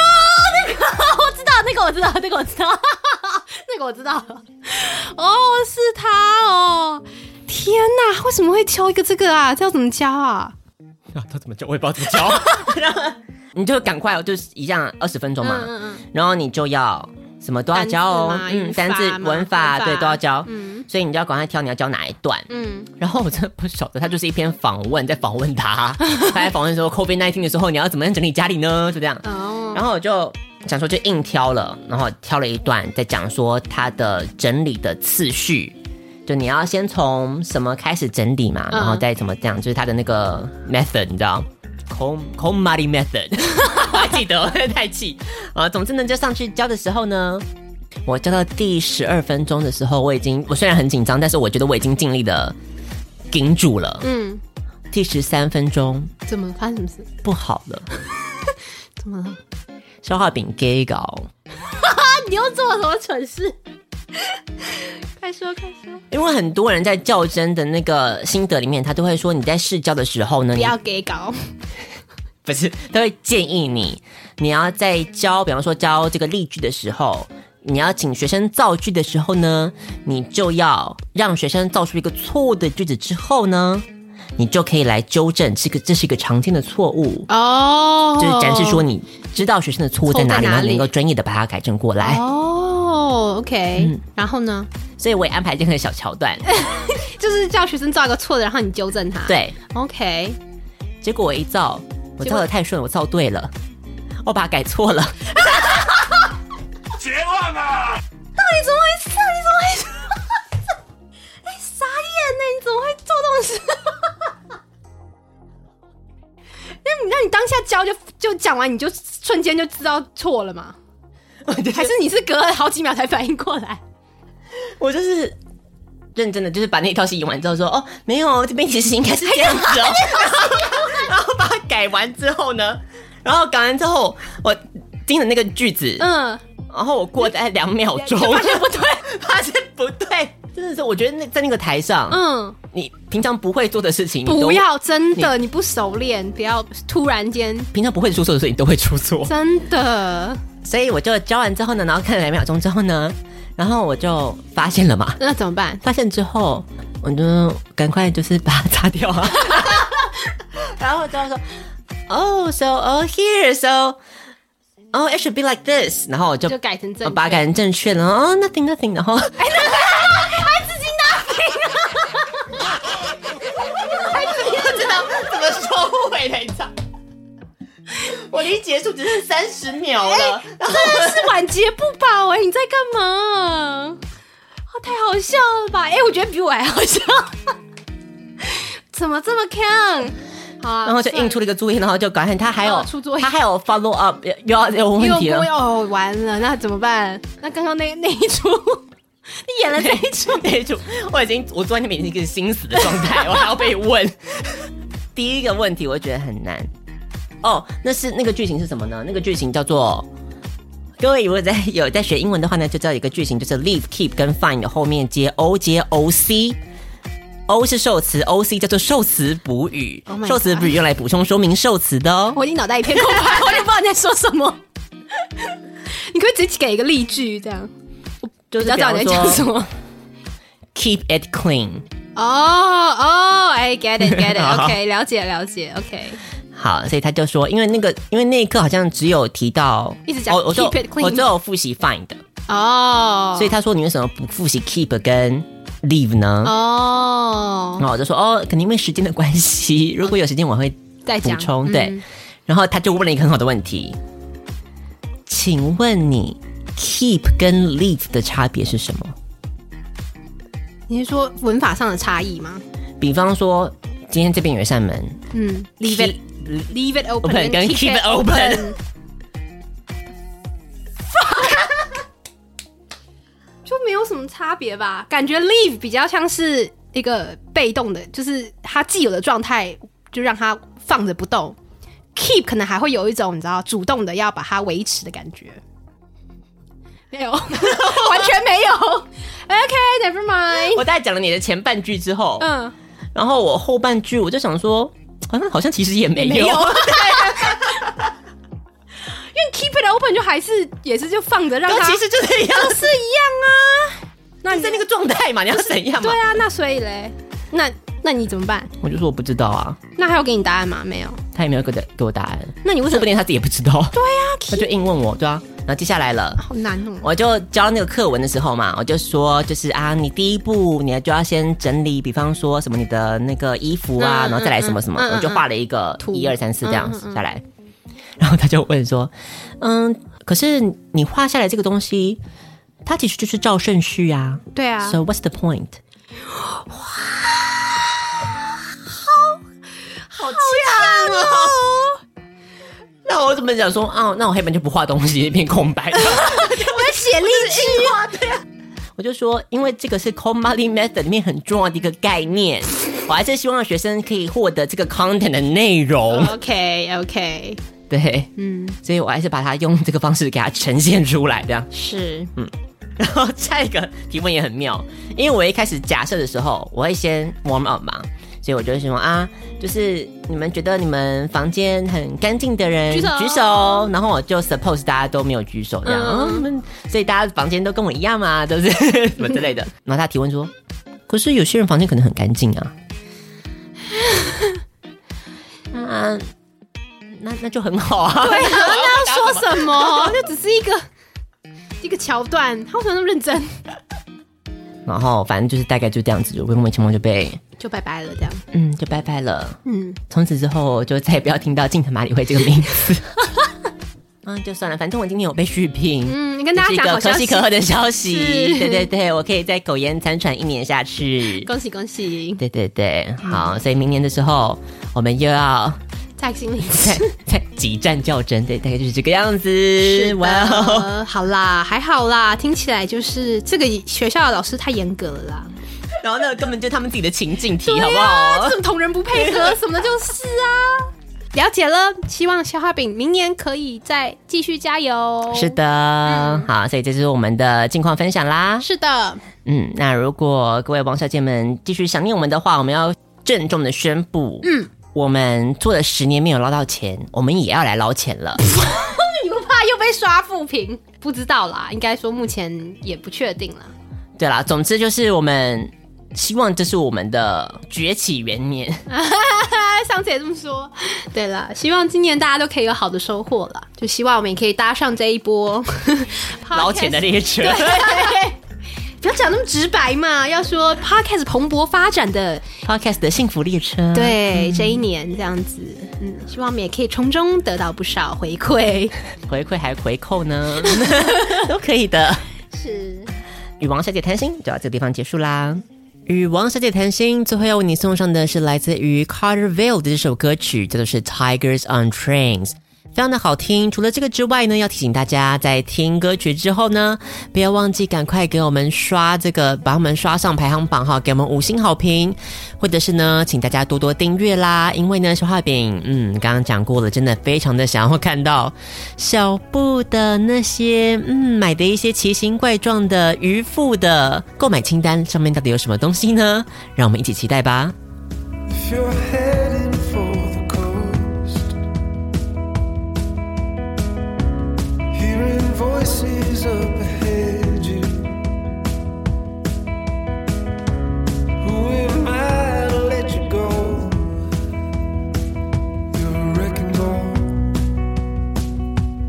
Speaker 3: 我知道那个，我知道那个，我知道 那个，我知道。哦，是他哦！天哪，他为什么会挑一个这个啊？这要怎么教啊？
Speaker 2: 啊，他怎么教？我也不知道怎么教。你就赶快，哦就是一样二十分钟嘛，
Speaker 3: 嗯
Speaker 2: 然后你就要什么都要教哦，
Speaker 3: 单
Speaker 2: 单字、
Speaker 3: 字嘛语法嘛
Speaker 2: 文法，
Speaker 3: 文法
Speaker 2: 对，都要教。
Speaker 3: 嗯
Speaker 2: 所以你就要赶快挑你要教哪一段。
Speaker 3: 嗯，
Speaker 2: 然后我真的不晓得，他就是一篇访问，在访问 他，他在访问说 COVID nineteen 的时候，你要怎么样整理家里呢？就这样。
Speaker 3: 哦，
Speaker 2: 然后我就想说就硬挑了，然后挑了一段在讲说它的整理的次序，就你要先从什么开始整理嘛，
Speaker 3: 嗯
Speaker 2: 然后再怎么讲，就是它的那个 method，你知道。空空 money method，我还记得，我太气啊！总之呢，就上去教的时候呢，我教到第十二分钟的时候，我已经我虽然很紧张，但是我觉得我已经尽力的顶住了。
Speaker 3: 嗯，
Speaker 2: 第十三分钟
Speaker 3: 怎么发生什么事？
Speaker 2: 不好了，
Speaker 3: 怎么了？
Speaker 2: 消化饼 gay 搞，
Speaker 3: 你又做了什么蠢事？ 快说快说！
Speaker 2: 因为很多人在较真的那个心得里面，他都会说你在试教的时候呢，
Speaker 3: 不
Speaker 2: 你
Speaker 3: 要给搞，
Speaker 2: 不是，他会建议你，你要在教，比方说教这个例句的时候，你要请学生造句的时候呢，你就要让学生造出一个错误的句子之后呢，你就可以来纠正这个，这是一个常见的错误。
Speaker 3: 哦
Speaker 2: 就是展示说你知道学生的错误在哪里，
Speaker 3: 错在哪里
Speaker 2: 然后你能够专业的把它改正过来。
Speaker 3: 哦，OK，、
Speaker 2: 嗯
Speaker 3: 然后呢，
Speaker 2: 所以我也安排这个小桥段，
Speaker 3: 就是叫学生造一个错的，然后你纠正他。
Speaker 2: 对，
Speaker 3: ，OK，
Speaker 2: 结果我一造，我造的太顺，我造对了，我把它改错了。
Speaker 5: 绝望啊！
Speaker 3: 你怎么会这样？你怎么会？哎、 傻眼呢、你怎么会做这种事？ 那你那你当下教就就讲完，你就瞬间就知道错了嘛？还是你是隔了好几秒才反应过来？
Speaker 2: 我就是认真的，就是把那套戏演完之后说，哦，没有，这边其实应该是这样子哦。 然后把它改完之后呢，然后改完之后，我盯着那个句子，
Speaker 3: 嗯，
Speaker 2: 然后我过大概两秒钟， 发现不对，发现不对，真的是，我觉得那在那个台上，
Speaker 3: 嗯，
Speaker 2: 你平常不会做的事情，你都
Speaker 3: 不要真的你不熟练，不要突然间
Speaker 2: 平常不会出错的事情，你都会出错。
Speaker 3: 真的
Speaker 2: 所以我就教完之后呢，然后看了两秒钟之后呢，然后我就发现了嘛，
Speaker 3: 那怎么办？
Speaker 2: 发现之后我就赶快就是把它擦掉 啊，然后我就说，Oh so oh here so oh it should be like this，然后我就
Speaker 3: 就哦改成正
Speaker 2: 我把它
Speaker 3: 确哎
Speaker 2: 改成正确了，哦 nothing nothing，然后
Speaker 3: 啊 不知道怎么收尾来着。
Speaker 2: 我离结束只剩三十秒
Speaker 3: 哎
Speaker 2: 了，然后
Speaker 3: 真的是晚节不保哎、你在干嘛？啊，太好笑了吧？哎、我觉得比我还好笑， 怎么这么看？好、啊，
Speaker 2: 然后就印出
Speaker 3: 了。
Speaker 2: 了一个作业，然后就赶快他还有
Speaker 3: 哦出作业
Speaker 2: 他还有 follow up，又要有问
Speaker 3: 又
Speaker 2: 题
Speaker 3: 不
Speaker 2: 了
Speaker 3: 会。 哦，完了，那怎么办？那刚刚那那一出，你演了这一 出，
Speaker 2: 那一种，我已经我昨天每天一个心死的状 态，我还要被问。第一个问题我觉得很难。哦，那是那个剧情是什么呢？那个剧情叫做。各位如果在有在学英文的话呢，就知道有一个剧情就是 leave、keep 跟 find 的后面接 o 接 o c。O 是受词，O C 叫做受词补语
Speaker 3: Oh my
Speaker 2: 受词补语用来补充说明受词的哦。
Speaker 3: 我已经脑袋一片空白，我就不知道你在说什么。你可不可以直接给一个例句，这样
Speaker 2: 就
Speaker 3: 我
Speaker 2: 是
Speaker 3: 比较
Speaker 2: 比
Speaker 3: 知道
Speaker 2: 方
Speaker 3: 你在讲什
Speaker 2: 说
Speaker 3: 么。
Speaker 2: keep it clean。
Speaker 3: 哦哦，哎，get it get it，OK，、了解了解，OK。
Speaker 2: 好，所以他就说，因为那个，因为那一刻好像只有提到，哦
Speaker 3: 一直讲
Speaker 2: 我我就
Speaker 3: keep it clean
Speaker 2: 我只有复习 find，
Speaker 3: 哦，
Speaker 2: 所以他说你为什么不复习 keep 跟 leave 呢？
Speaker 3: 哦
Speaker 2: 然，后我就说哦，肯定因为时间的关 系，如果有时间我会
Speaker 3: 再
Speaker 2: 补
Speaker 3: 讲
Speaker 2: 充。对，
Speaker 3: 嗯
Speaker 2: 然后他就问了一个很好的问题，请问你 keep 跟 leave 的差别是什么？
Speaker 3: 你是说文法上的差异吗？
Speaker 2: 比方说，今天这边有一扇门
Speaker 3: 嗯，leave
Speaker 2: keep-
Speaker 3: it leave it open
Speaker 2: open 跟
Speaker 3: and
Speaker 2: keep it open。
Speaker 3: 就没有什么差别吧？感觉 leave 比较像是一个被动的，就是它既有的状态就让它放着不动。keep 可能还会有一种你知道主动的要把它维持的感觉，没有， 完全 没有。OK，never、mind。
Speaker 2: 我大概讲了你的前半句之后，
Speaker 3: 嗯，
Speaker 2: 然后我后半句我就想说，好像好像其实也哎没有，
Speaker 3: 没有 因为 keep it open 就还是也是就放着让它
Speaker 2: 其实就是一样，
Speaker 3: 是一样啊。那
Speaker 2: 在那个状态嘛，你要怎样嘛
Speaker 3: 对？啊，那所以嘞，那那你怎么办？
Speaker 2: 我就说我不知道啊，
Speaker 3: 那还有给你答案吗？没有。
Speaker 2: 他也没有给我给我答案，
Speaker 3: 那你为什
Speaker 2: 说不
Speaker 3: 么？
Speaker 2: 定他自己也不知道，
Speaker 3: 啊对啊
Speaker 2: 他就
Speaker 3: ，keep
Speaker 2: 硬问我，对啊。然后接下来了，
Speaker 3: 好难哦。
Speaker 2: 我就教那个课文的时候嘛，我就说就是啊，你第一步你就要先整理，比方说什么你的那个衣服啊，
Speaker 3: 嗯嗯
Speaker 2: 然后再来什么什么，
Speaker 3: 嗯嗯嗯
Speaker 2: 我就画了一个
Speaker 3: 图
Speaker 2: 一二三四这样子下来。然后他就问说，嗯，可是你画下来这个东西，它其实就是照顺序啊。
Speaker 3: 对啊
Speaker 2: So，what's the point？
Speaker 3: 强哦！
Speaker 2: 那我怎么讲说啊？那我黑板就不画东西，一片空白。
Speaker 3: 我在写例句。
Speaker 2: 我就说，因为这个是 Cold Money Method 里面很重要的一个概念，我还是希望学生可以获得这个 content 的内容。
Speaker 3: OK OK，
Speaker 2: 对，
Speaker 3: 嗯，
Speaker 2: 所以我还是把它用这个方式给它呈现出来，这样。
Speaker 3: 是
Speaker 2: 嗯然后下一个提问也很妙，因为我一开始假设的时候，我会先 warm up 嘛，所以我就会说啊，就是你们觉得你们房间很干净的人
Speaker 3: 举手
Speaker 2: 然后我就 suppose 大家都没有举手这样，
Speaker 3: 嗯
Speaker 2: 嗯所以大家房间都跟我一样嘛，都、是什么之类的。然后他提问说，可是有些人房间可能很干净啊，那那那就很好啊，对
Speaker 3: 啊，那要说什么？那只是一个一个桥段，他为什么那么认真？
Speaker 2: 然后反正就是大概就这样子，就莫名其妙就被
Speaker 3: 就拜拜了，这样。
Speaker 2: 嗯就拜拜了。
Speaker 3: 嗯，
Speaker 2: 从此之后就再也不要听到近藤麻里惠这个名字。 嗯，就算了，反正我今天有被续评，
Speaker 3: 嗯你跟
Speaker 2: 这
Speaker 3: 大家
Speaker 2: 是一
Speaker 3: 讲
Speaker 2: 个
Speaker 3: 好
Speaker 2: 可喜
Speaker 3: 消息
Speaker 2: 可贺的消息。
Speaker 3: 是
Speaker 2: 对对对，我可以再苟延残喘一年下 去。
Speaker 3: 恭喜恭喜，
Speaker 2: 对对对，
Speaker 3: 嗯
Speaker 2: 好，所以明年的时候我们又要
Speaker 3: 在心里。
Speaker 2: 再再几战较真，对，大概就是这个样
Speaker 3: 是
Speaker 2: 子。哇哦，
Speaker 3: 的，好啦，还好啦，听起来就是这个学校的老师太严格了啦。
Speaker 2: 然后那个根本就他们自己的情境题，好
Speaker 3: 对
Speaker 2: 不
Speaker 3: 啊，
Speaker 2: 好
Speaker 3: 这？种同人不配 合什么的，就是啊。了解了，希望消化饼明年可以再继续加油。
Speaker 2: 是，
Speaker 3: 嗯
Speaker 2: 的，好，所以这就是我们的近况分享啦。
Speaker 3: 是的，哎
Speaker 2: 嗯，那如果各位王小姐们继续想念我们的话，我们要郑重的宣布，嗯，我们做了十年没有捞到钱，我们也要来捞钱了。
Speaker 3: 你不怕又被刷负评？不知道啦，应该说目前也不确定啦。
Speaker 2: 对啦，总之就是我们希望这是我们的崛起元年。
Speaker 3: 哎，上次也这么说。对了，希望今年大家都可以有好的收获了，就希望我们也可以搭上这一波
Speaker 2: 老钱的
Speaker 3: podcast
Speaker 2: 列车。
Speaker 3: 不要讲那么直白嘛，要说 podcast 蓬勃发展的
Speaker 2: Podcast 的幸福列车，，
Speaker 3: 对这一年这样子，嗯，希望我们也可以从中得到不少回馈。
Speaker 2: 回馈还回扣呢，都可以的。
Speaker 3: 是，
Speaker 2: 与王小姐谈心就到这个地方结束啦。与王小姐谈心，最后要为你送上的是来自于 Carterville 的这首歌曲，叫做是 Tigers on Trains。非常的好听。除了这个之外呢，要提醒大家，在听歌曲之后呢，不要忘记赶快给我们刷这个，把我们刷上排行榜哈，给我们五星好评，或者是呢，请大家多多订阅啦。因为呢，消化饼，嗯，刚刚讲过了，真的非常的想要看到小布的那些，嗯，买的一些奇形怪状的渔夫的购买清单上面到底有什么东西呢？让我们一起期待吧。
Speaker 6: If you're headed for the coast, hearing voices up ahead you. Who am I to let you go? You're a wrecking ball.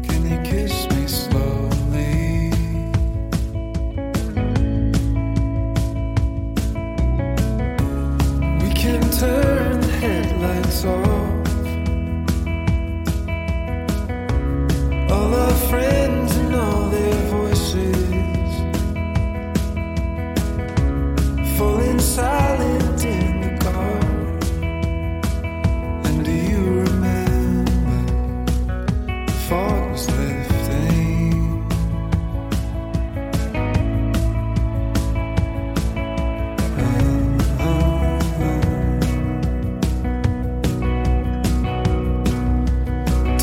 Speaker 6: Can you kiss me slowly? We can turn the headlights off. All our friends and all their voices falling silent in the car. And do you remember the fog was lifting?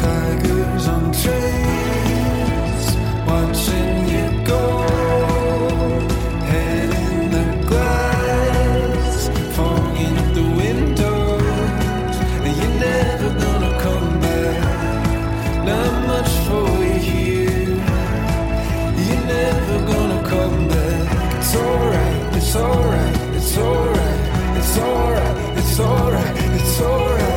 Speaker 6: Tigers on trains, watching you go. Head in the glass, fog in the windows. And you're never gonna come back. Not much for you here. You're never gonna come back. It's alright, it's alright, it's alright, it's alright, it's alright, it's alright.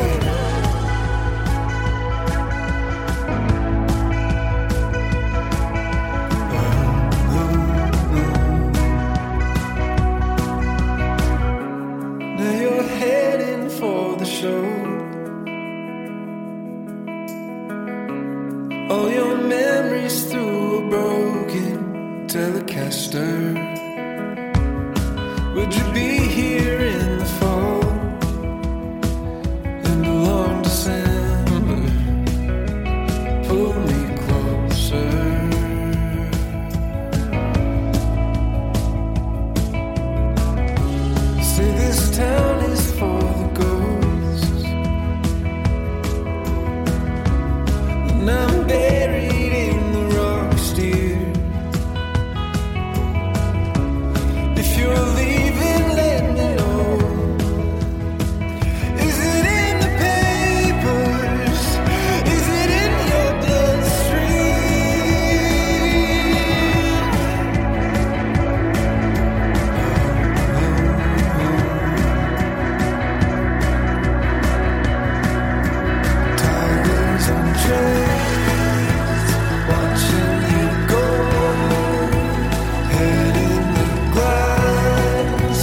Speaker 6: Now you're heading for the show. All your memories through a broken telecaster. Would you be here in the fall? In the long December, pull me closer. Say this town is for the ghosts. And I'm buried in the rocks, dear. If you're leaving, let me know. Is it in the papers? Is it in your bloodstream? Tigers on trains, watching you go. Head in the glass,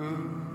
Speaker 6: Ooh.